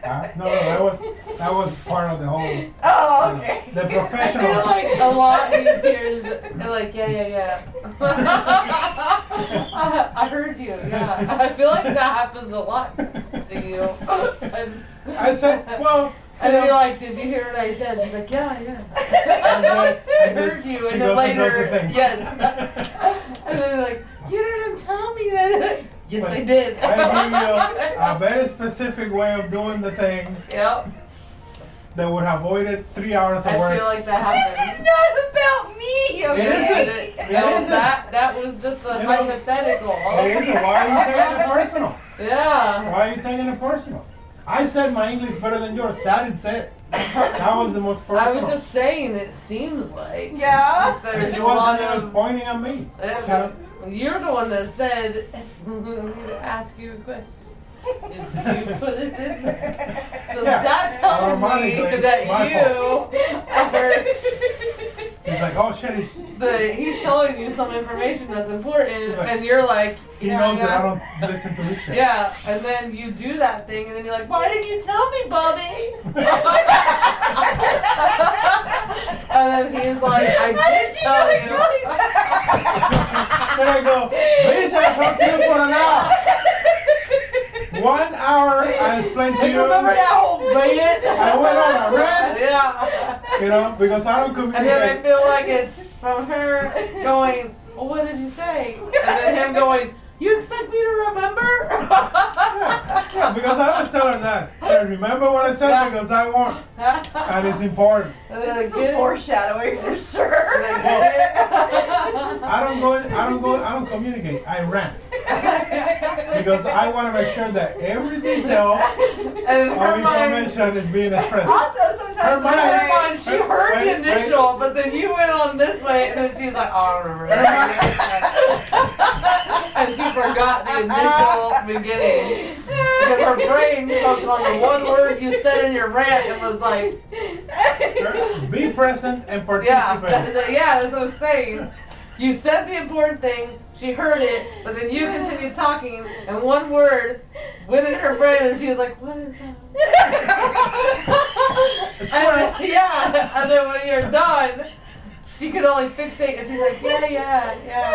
Speaker 2: Huh? No, no, that was that was part of the whole.
Speaker 4: Oh, okay.
Speaker 2: The
Speaker 1: I
Speaker 2: professional-
Speaker 1: feel like a lot easier is like, yeah, yeah, yeah. I, I heard you, yeah. I feel like that happens a lot to you. And-
Speaker 2: I said, well. you
Speaker 1: And then
Speaker 2: know,
Speaker 1: you're like, did you hear what I said? She's like, yeah, yeah.
Speaker 2: and then-
Speaker 1: I
Speaker 2: and then
Speaker 1: heard you,
Speaker 2: she
Speaker 1: and
Speaker 2: goes
Speaker 1: then
Speaker 2: and does
Speaker 1: later,
Speaker 2: the thing.
Speaker 1: yes. and then like, you didn't tell me that. Yes, I did.
Speaker 2: I give you a very specific way of doing the thing
Speaker 1: Yep,
Speaker 2: that would have avoided three hours of
Speaker 1: I
Speaker 2: work.
Speaker 1: feel like that
Speaker 4: This is
Speaker 1: happens.
Speaker 4: not about me,
Speaker 1: Yes,
Speaker 2: isn't.
Speaker 4: okay?
Speaker 1: it-
Speaker 2: It
Speaker 1: no,
Speaker 2: isn't.
Speaker 1: that that was just a
Speaker 2: You know-
Speaker 1: hypothetical.
Speaker 2: It isn't. Why are you taking it personal?
Speaker 1: Yeah.
Speaker 2: Why are you taking it personal? I said my English better than yours. That is it. That was the most
Speaker 1: I
Speaker 2: personal.
Speaker 1: was just saying, it seems like
Speaker 4: Yeah.
Speaker 1: there's
Speaker 2: she
Speaker 1: a
Speaker 2: wasn't
Speaker 1: lot
Speaker 2: even
Speaker 1: of.
Speaker 2: pointing at me.
Speaker 1: Uh, You're the one that said, we need to ask you a question. Did you put it in there? So
Speaker 2: Yeah.
Speaker 1: that tells me
Speaker 2: Automatically,
Speaker 1: that
Speaker 2: my fault.
Speaker 1: you are.
Speaker 2: She's like, oh shit, he,
Speaker 1: The, he's telling you some information that's important,
Speaker 2: Like,
Speaker 1: and you're like,
Speaker 2: he
Speaker 1: yeah,
Speaker 2: knows
Speaker 1: yeah.
Speaker 2: that I don't listen to this shit.
Speaker 1: Yeah, and then you do that thing, and then you're like, why didn't you tell me, Bobby? and then he's like, I
Speaker 4: How did
Speaker 1: did
Speaker 4: you know it really
Speaker 1: tell you.
Speaker 2: Then I go, bitch, I talked to you for an hour. One hour I explained to
Speaker 1: Do
Speaker 2: you.
Speaker 1: you remember that whole bit?
Speaker 2: I went on a rant.
Speaker 1: Yeah.
Speaker 2: You know, because I don't communicate.
Speaker 1: And then I feel like it's from her going, well, what did you say? And then him going, you expect me to
Speaker 2: Yeah,
Speaker 1: remember?
Speaker 2: yeah, because I always tell her that. So remember what I said
Speaker 1: Yeah.
Speaker 2: because I won. And it's important.
Speaker 1: And then
Speaker 4: This is
Speaker 1: I get
Speaker 4: some
Speaker 1: it.
Speaker 4: foreshadowing for
Speaker 1: And
Speaker 4: sure.
Speaker 1: I get it.
Speaker 2: I don't go I don't go I don't communicate. I rant. Because I wanna make sure that every detail
Speaker 1: and
Speaker 2: of
Speaker 1: her mind,
Speaker 2: information is being expressed.
Speaker 4: Also, sometimes
Speaker 2: Her
Speaker 4: I-
Speaker 1: her mind, she
Speaker 2: Wait,
Speaker 1: heard
Speaker 2: wait,
Speaker 1: the
Speaker 2: wait.
Speaker 1: initial, but then you went on this way, and then she's like, oh, I don't remember that. and she forgot the initial beginning. Because her brain focused on the one word you said in your rant and was like,
Speaker 2: Be present and
Speaker 1: yeah,
Speaker 2: participate.
Speaker 1: that- yeah, that's what I'm saying. You said the important thing, she heard it, but then you continued talking, and one word went in her brain, and she was like, what is that? and then, yeah, and then when you're done, she could only fixate, and she's like, yeah, yeah, yeah.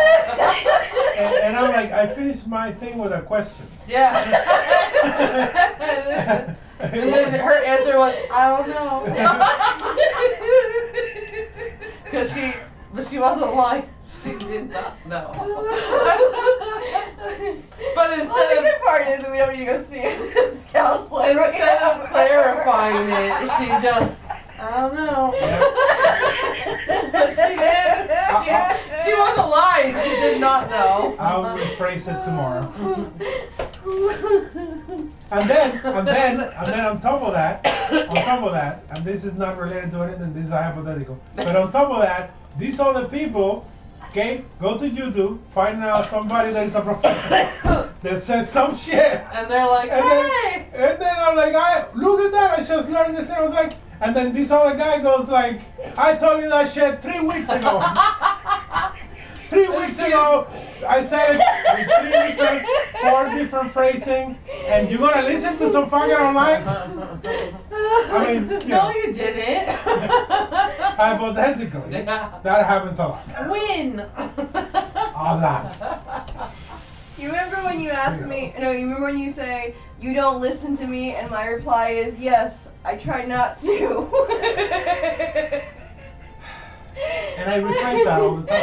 Speaker 2: And, and I'm like, I finished my thing with a question.
Speaker 1: yeah. and then her answer was, I don't know. Because she, but she wasn't lying. She did not know. but instead
Speaker 4: Well, the
Speaker 1: of
Speaker 4: good part is that we don't need to go see a counselor.
Speaker 1: instead of clarifying it, she just, I don't know. But she did. She, she wasn't lying. She did not know.
Speaker 2: I'll rephrase it tomorrow. And then, and then, and then on top of that, on top of that, and this is not related to anything, this is hypothetical. But on top of that, these other people Okay, go to YouTube, find out somebody that is a professional that says some shit.
Speaker 1: And they're like,
Speaker 2: And
Speaker 1: hey!
Speaker 2: then, and then I'm like, I look at that. I just learned this, and I was like, and then this other guy goes like, I told you that shit three weeks ago. three weeks ago, I said it with three different, four different phrasing, and you're gonna listen to some fucking online? I mean, you
Speaker 1: no,
Speaker 2: know,
Speaker 1: you didn't.
Speaker 2: hypothetically, that happens a lot.
Speaker 1: Win.
Speaker 2: A lot.
Speaker 3: You remember when you asked me? No, you remember when you say you don't listen to me, and my reply is yes, I try not to.
Speaker 2: And I rephrase that all the time. I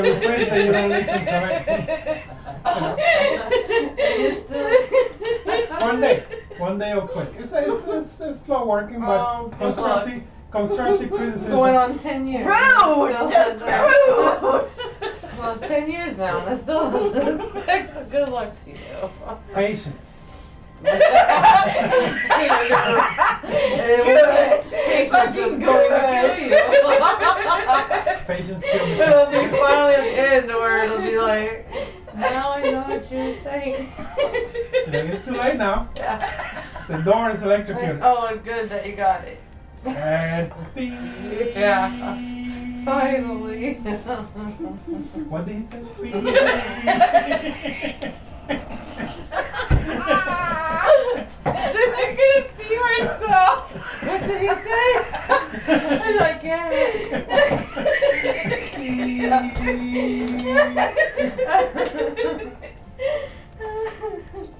Speaker 2: rephrase that you don't listen to
Speaker 1: it.
Speaker 2: One day, one day it'll click. It's, it's, it's, it's slow working, but
Speaker 1: Um, good luck.
Speaker 2: constructive, constructive criticism.
Speaker 1: Going on 10 years.
Speaker 3: Rude!
Speaker 1: Still
Speaker 3: That's
Speaker 1: says that.
Speaker 3: rude!
Speaker 1: Well, 10 years now, and it still doesn't affect, so good luck to you.
Speaker 2: Patience.
Speaker 1: Good.
Speaker 3: Fucking
Speaker 1: going
Speaker 3: good.
Speaker 1: to kill you.
Speaker 2: Patience killed me.
Speaker 1: It'll be finally at the end where it'll be like, now I know what you're saying.
Speaker 2: You know, It's too late now.
Speaker 1: Yeah.
Speaker 2: The door is
Speaker 1: Like,
Speaker 2: electrocuted.
Speaker 1: oh, good that you got it.
Speaker 2: And beep.
Speaker 1: Oh. Yeah. Finally.
Speaker 2: What did he say? Beep.
Speaker 1: I'm gonna pee myself. What did he say? I don't get it.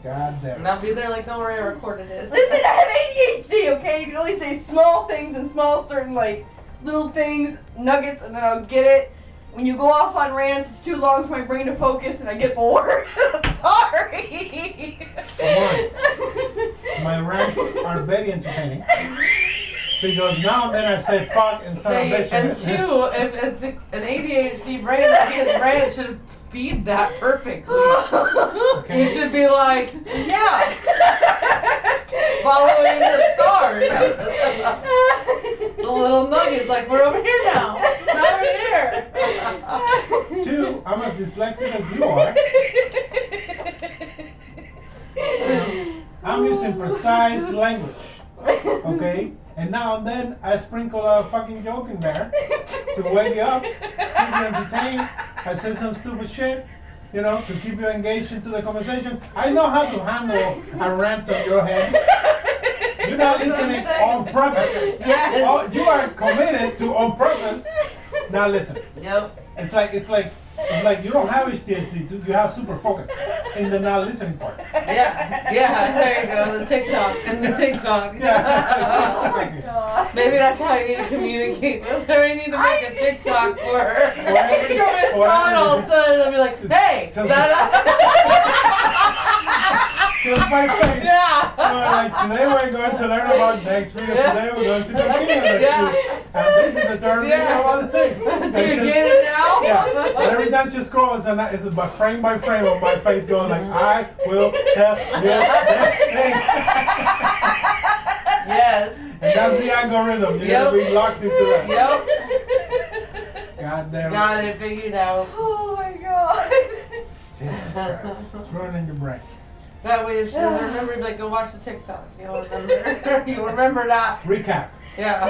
Speaker 2: God damn.
Speaker 1: and I'll be there like, don't worry, I recorded this.
Speaker 3: Listen, I have ADHD, okay? You can only say small things and small certain like little things, nuggets, and then I'll get it. When you go off on rants, it's too long for my brain to focus and I get bored. Sorry.
Speaker 2: My rants are very entertaining because now and then I say fuck and son of a
Speaker 1: Say,
Speaker 2: bitch.
Speaker 1: and two, if it's an ADHD brain, his brain should speed that perfectly.
Speaker 2: Okay.
Speaker 1: He should be like, yeah, following the stars. the little nuggets, like we're over here now. Now we're here.
Speaker 2: Two, I'm as dyslexic as you are. I'm using precise language, okay? And now and then I sprinkle a fucking joke in there to wake you up, keep you entertained. I say some stupid shit, you know, to keep you engaged into the conversation. I know how to handle a rant on your head. You're not
Speaker 1: That's what I'm
Speaker 2: listening
Speaker 1: saying.
Speaker 2: on purpose.
Speaker 1: Yes.
Speaker 2: Oh, you are committed to on purpose. Now listen,
Speaker 1: Yep.
Speaker 2: it's like it's like it's like you don't have HTSD, dude. You have super focus in the not listening part.
Speaker 1: Yeah. Yeah. There you go. The TikTok and the TikTok.
Speaker 2: Yeah.
Speaker 1: Oh Maybe that's how I need to communicate with her. I need to make a TikTok for her.
Speaker 2: Whatever-
Speaker 1: She'll respond
Speaker 2: whatever.
Speaker 1: all of a sudden. I'll be like, hey.
Speaker 2: Just-
Speaker 1: da-da."
Speaker 2: Just my face. We're
Speaker 1: yeah.
Speaker 2: like today we're going to learn about next week, and today we're going to continue next
Speaker 1: Yeah.
Speaker 2: week. And this is the third
Speaker 1: Yeah.
Speaker 2: video about the thing.
Speaker 1: Do you
Speaker 2: And
Speaker 1: get
Speaker 2: she-
Speaker 1: it now?
Speaker 2: Yeah, and every time she scrolls, and I- it's by frame by frame on my face going like, I will tell you that thing.
Speaker 1: Yes.
Speaker 2: And that's the algorithm. You're gonna be
Speaker 1: Yep.
Speaker 2: locked into that.
Speaker 1: Yep.
Speaker 2: God damn.
Speaker 1: Got it figured out.
Speaker 3: Oh my god.
Speaker 2: Jesus Christ. It's ruining your brain.
Speaker 1: That way, if she doesn't remember, you'd be like, go watch the TikTok. You'll remember. you remember that.
Speaker 2: Recap. All
Speaker 1: Yeah.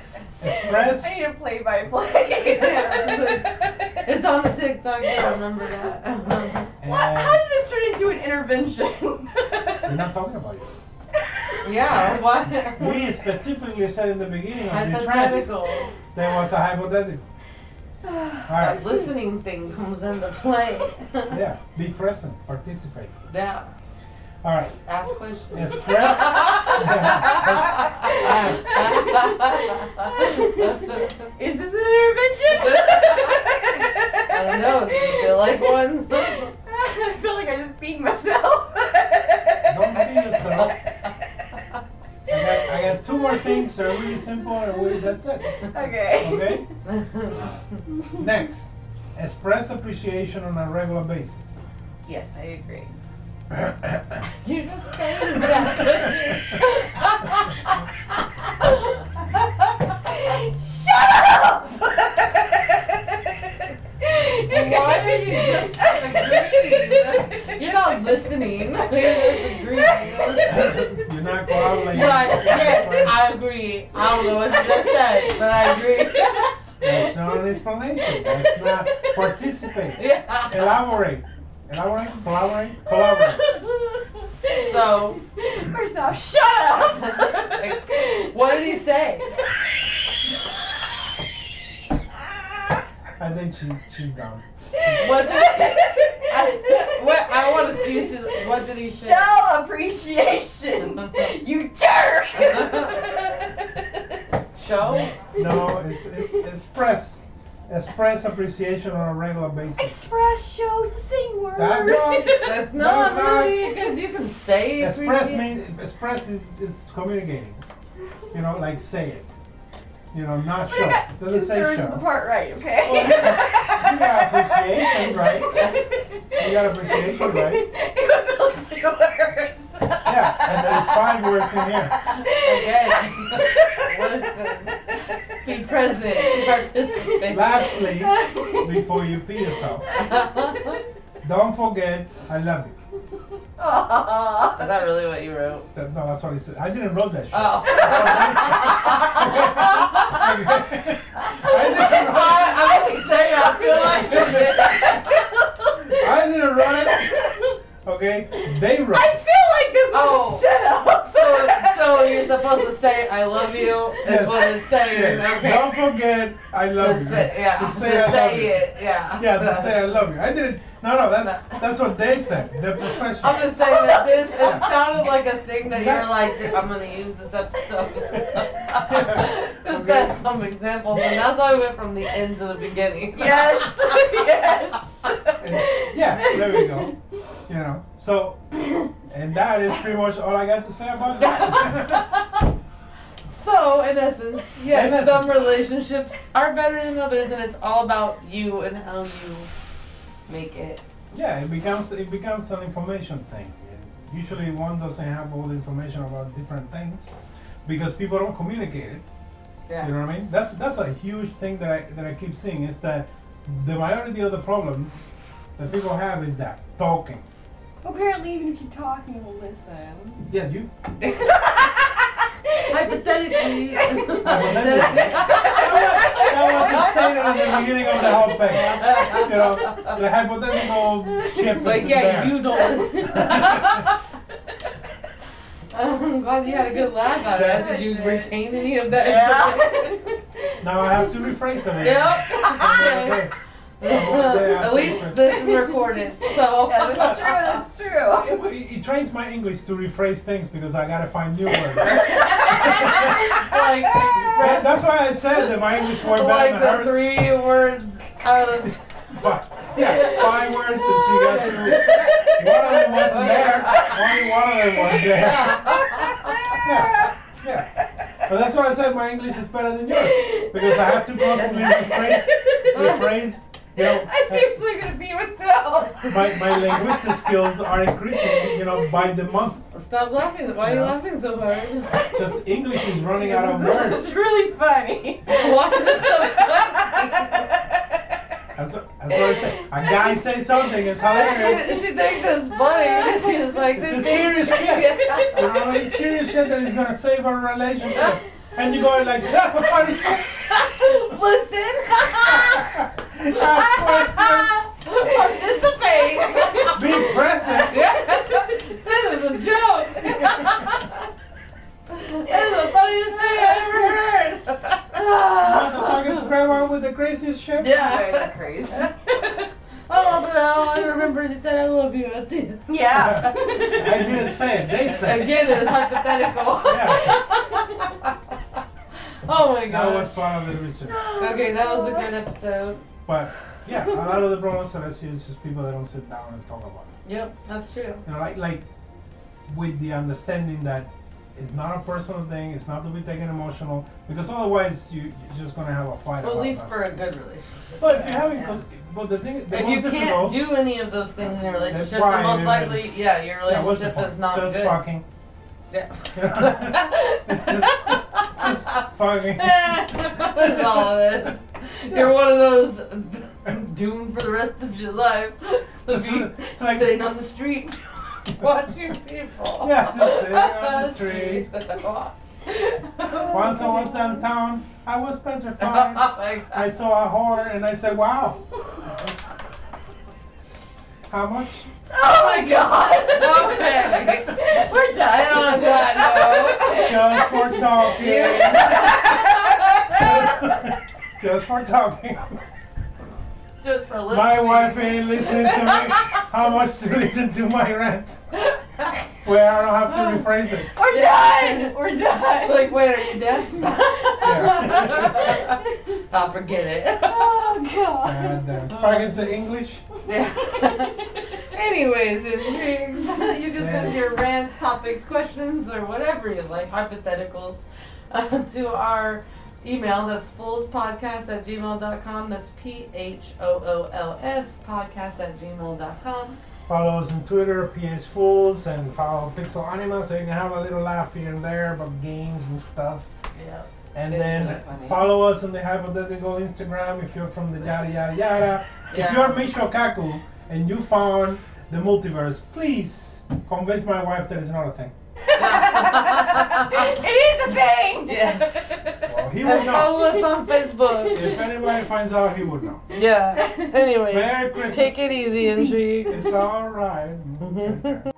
Speaker 2: right. Express.
Speaker 3: I need a play by play.
Speaker 1: it's on the TikTok. You remember that.
Speaker 3: What? How
Speaker 2: And
Speaker 3: did this turn into an intervention?
Speaker 2: we're not talking about it.
Speaker 1: yeah. What?
Speaker 2: We specifically said in the beginning of this rant,
Speaker 1: Hypothetical.
Speaker 2: there was a hypothetical. All right.
Speaker 1: That listening thing comes into play.
Speaker 2: Yeah, be present, participate.
Speaker 1: Yeah.
Speaker 2: All right,
Speaker 1: Ask questions.
Speaker 2: express.
Speaker 1: Ask.
Speaker 3: Is this an intervention?
Speaker 1: I don't know. Does it feel like one?
Speaker 3: I feel like I just beat myself.
Speaker 2: Don't be yourself. I got, I got two more things. They're really simple, and we, that's it.
Speaker 3: Okay.
Speaker 2: Okay. Next, express appreciation on a regular basis.
Speaker 3: Yes, I agree.
Speaker 1: You're just saying that.
Speaker 3: Shut up!
Speaker 2: like
Speaker 1: But yes, I agree. I don't know what you just said, but I agree.
Speaker 2: That's not an explanation. That's not participate.
Speaker 1: yeah.
Speaker 2: Elaborate. Elaborate, collaborate, collaborate.
Speaker 1: So-
Speaker 4: First off, shut up!
Speaker 1: What did he say?
Speaker 2: And then she, she's down.
Speaker 1: What did I, what, I want to see if she's, what did he say?
Speaker 4: Show appreciation! You jerk!
Speaker 1: Show?
Speaker 2: No, it's, it's express. Express appreciation on a regular basis.
Speaker 4: Express shows the same word.
Speaker 2: That one.
Speaker 1: That's
Speaker 2: No, it's
Speaker 1: not
Speaker 2: not.
Speaker 1: really, because you can say it.
Speaker 2: Express means express is, is communicating. You know, like say it. You know, not
Speaker 4: But I
Speaker 2: show.
Speaker 4: got two
Speaker 2: Doesn't say
Speaker 4: thirds
Speaker 2: show.
Speaker 4: of the part right, okay?
Speaker 2: Well, you got appreciation, right? You got appreciation, right?
Speaker 4: It was only two words.
Speaker 2: Yeah, and there's five words in here.
Speaker 1: Again. Listen. Be present. Participate.
Speaker 2: Lastly, before you pee yourself, don't forget I love you.
Speaker 4: Aw.
Speaker 1: Is that really what you wrote?
Speaker 2: That- no, that's what he said. I didn't wrote that shit.
Speaker 1: Oh.
Speaker 2: I didn't write it.
Speaker 1: I, I'm just saying, I feel like
Speaker 2: I didn't write it. Okay, they wrote.
Speaker 4: I
Speaker 2: it.
Speaker 4: feel like this was
Speaker 1: Oh.
Speaker 4: a setup.
Speaker 1: so, so you're supposed to say, I love you, is
Speaker 2: Yes.
Speaker 1: what it's saying.
Speaker 2: Yeah,
Speaker 1: Okay.
Speaker 2: Don't forget I love
Speaker 1: to
Speaker 2: you.
Speaker 1: say, yeah,
Speaker 2: To say I love you.
Speaker 1: it, yeah.
Speaker 2: Yeah, to say I love you. I didn't. No, no, that's
Speaker 1: No.
Speaker 2: that's what they said. The professional.
Speaker 1: I'm just saying that this it sounded like a thing that you're like I'm gonna use this episode. just
Speaker 2: Okay.
Speaker 1: set some examples, and that's why we went from the end to the beginning.
Speaker 4: yes, yes.
Speaker 2: And- yeah, there we go. You know, so and that is pretty much all I got to say about that.
Speaker 1: so in essence, yes,
Speaker 2: In essence.
Speaker 1: some relationships are better than others, and it's all about you and how you make it.
Speaker 2: yeah, it becomes it becomes an information thing. And usually, one doesn't have all the information about different things because people don't communicate it. You know what I mean? That's that's a huge thing that I that I keep seeing is that the majority of the problems that people have is that talking.
Speaker 3: Apparently, even if you talk, you will listen.
Speaker 2: Yeah, you.
Speaker 1: Hypothetically,
Speaker 2: That was stated at the beginning of the whole thing. You know, the hypothetical chip
Speaker 1: But
Speaker 2: is
Speaker 1: yeah,
Speaker 2: there.
Speaker 1: you don't listen. I'm glad you had a good laugh out of that. Did you retain any of that? information?
Speaker 2: Now I have to rephrase everything.
Speaker 1: Yep.
Speaker 2: Okay. Oh,
Speaker 1: At least this is recorded, so.
Speaker 4: Yeah, this is true, this is true.
Speaker 2: It, it, it trains my English to rephrase things because I gotta find new words.
Speaker 1: Like,
Speaker 2: That- that's why I said that my English word
Speaker 1: like
Speaker 2: better
Speaker 1: the
Speaker 2: than hers.
Speaker 1: three words out of.
Speaker 2: But, yeah, five words that she got to. One of them
Speaker 1: Oh,
Speaker 2: wasn't there. Only one of them was there. Yeah, yeah. But that's why I said my English is better than yours because I have to constantly rephrase, rephrase. You know,
Speaker 4: I'm seriously gonna be myself.
Speaker 2: my my linguistic skills are increasing. You know, by the month.
Speaker 1: Stop laughing. Why are you laughing so hard?
Speaker 2: Just English is running out of
Speaker 4: This
Speaker 2: words.
Speaker 4: is really funny.
Speaker 1: Why is it so funny?
Speaker 2: That's what, that's what I say. A guy says something, it's
Speaker 1: She,
Speaker 2: hilarious.
Speaker 1: she thinks it's funny. She's like,
Speaker 2: It's
Speaker 1: this
Speaker 2: a serious shit.
Speaker 1: Yeah.
Speaker 2: You know, it's serious shit that is gonna save our relationship. And you go like, that's a funny shit.
Speaker 1: Listen.
Speaker 2: Ask
Speaker 1: Participate.
Speaker 2: questions. Be present.
Speaker 1: this is a joke. this is the funniest thing I ever
Speaker 2: Motherfuckers
Speaker 1: heard.
Speaker 2: grandma with the craziest shit.
Speaker 4: You guys are
Speaker 1: yeah.
Speaker 4: crazy.
Speaker 1: Oh, but all I remember is that I love you. That's it.
Speaker 4: yeah.
Speaker 2: I didn't say it. They said it.
Speaker 1: Again, it's hypothetical. oh my
Speaker 2: That was
Speaker 1: gosh.
Speaker 2: part of the research.
Speaker 1: Okay, that was a good episode.
Speaker 2: But yeah, a lot of the problems that I see is just people that don't sit down and talk about it.
Speaker 1: Yep, that's true.
Speaker 2: You know, like like with the understanding that it's not a personal thing. It's not to be taken emotional because otherwise you, you're just gonna have a fight.
Speaker 1: Well, at
Speaker 2: about
Speaker 1: least
Speaker 2: that.
Speaker 1: for a good relationship.
Speaker 2: But if you're having,
Speaker 1: Yeah.
Speaker 2: con- but the thing, the
Speaker 1: if
Speaker 2: most
Speaker 1: you
Speaker 2: difficult-
Speaker 1: can't do any of those things in a relationship,
Speaker 2: why
Speaker 1: then most
Speaker 2: you're-
Speaker 1: likely, yeah, your
Speaker 2: yeah, what's the
Speaker 1: relationship
Speaker 2: point?
Speaker 1: is not
Speaker 2: just
Speaker 1: good.
Speaker 2: fucking.
Speaker 1: Yeah.
Speaker 2: It's just, just fucking.
Speaker 1: all this. You're one of those doomed for the rest of your life to
Speaker 2: It's
Speaker 1: be
Speaker 2: like- it's like-
Speaker 1: sitting on the street. watching people.
Speaker 2: Yeah, just sitting on the street. Once I
Speaker 1: Once
Speaker 2: was downtown, I was petrified.
Speaker 1: Oh my
Speaker 2: I
Speaker 1: god.
Speaker 2: saw a whore and I said, wow. How much?
Speaker 4: Oh my god!
Speaker 1: Okay.
Speaker 4: We're done
Speaker 1: on that
Speaker 2: Just for talking. Just for talking.
Speaker 1: Just for listening.
Speaker 2: My wife ain't listening to me. How much to listen to my rant? Well, I don't have to rephrase it.
Speaker 4: We're done! We're done!
Speaker 1: like, wait, are you dead?
Speaker 2: Yeah.
Speaker 1: I'll forget it.
Speaker 4: oh god.
Speaker 2: And uh, Sparkins in English.
Speaker 1: Anyways, intrigues. you can send
Speaker 2: Yes.
Speaker 1: your rants, topics, questions, or whatever you like, hypotheticals, uh, to our email. That's foolspodcast at gmail.com. That's P H O O L S podcast at gmail.com.
Speaker 2: Follow us on Twitter, PS Fools, and follow Pixel Anima so you can have a little laugh here and there about games and stuff.
Speaker 1: Yep.
Speaker 2: And
Speaker 1: It's
Speaker 2: then
Speaker 1: really funny.
Speaker 2: follow us on the hypothetical Instagram if you're from the yada yada yada.
Speaker 1: Yeah.
Speaker 2: If you're Mishokaku and you found the multiverse, please convince my wife that it's not a thing.
Speaker 4: it is a thing!
Speaker 1: Yes.
Speaker 2: Well, he would
Speaker 1: And follow
Speaker 2: know.
Speaker 1: us on Facebook.
Speaker 2: If anybody finds out, he would know.
Speaker 1: Yeah. Anyways,
Speaker 2: Merry Christmas.
Speaker 1: take it easy, intrigue. Mm-hmm.
Speaker 2: It's alright.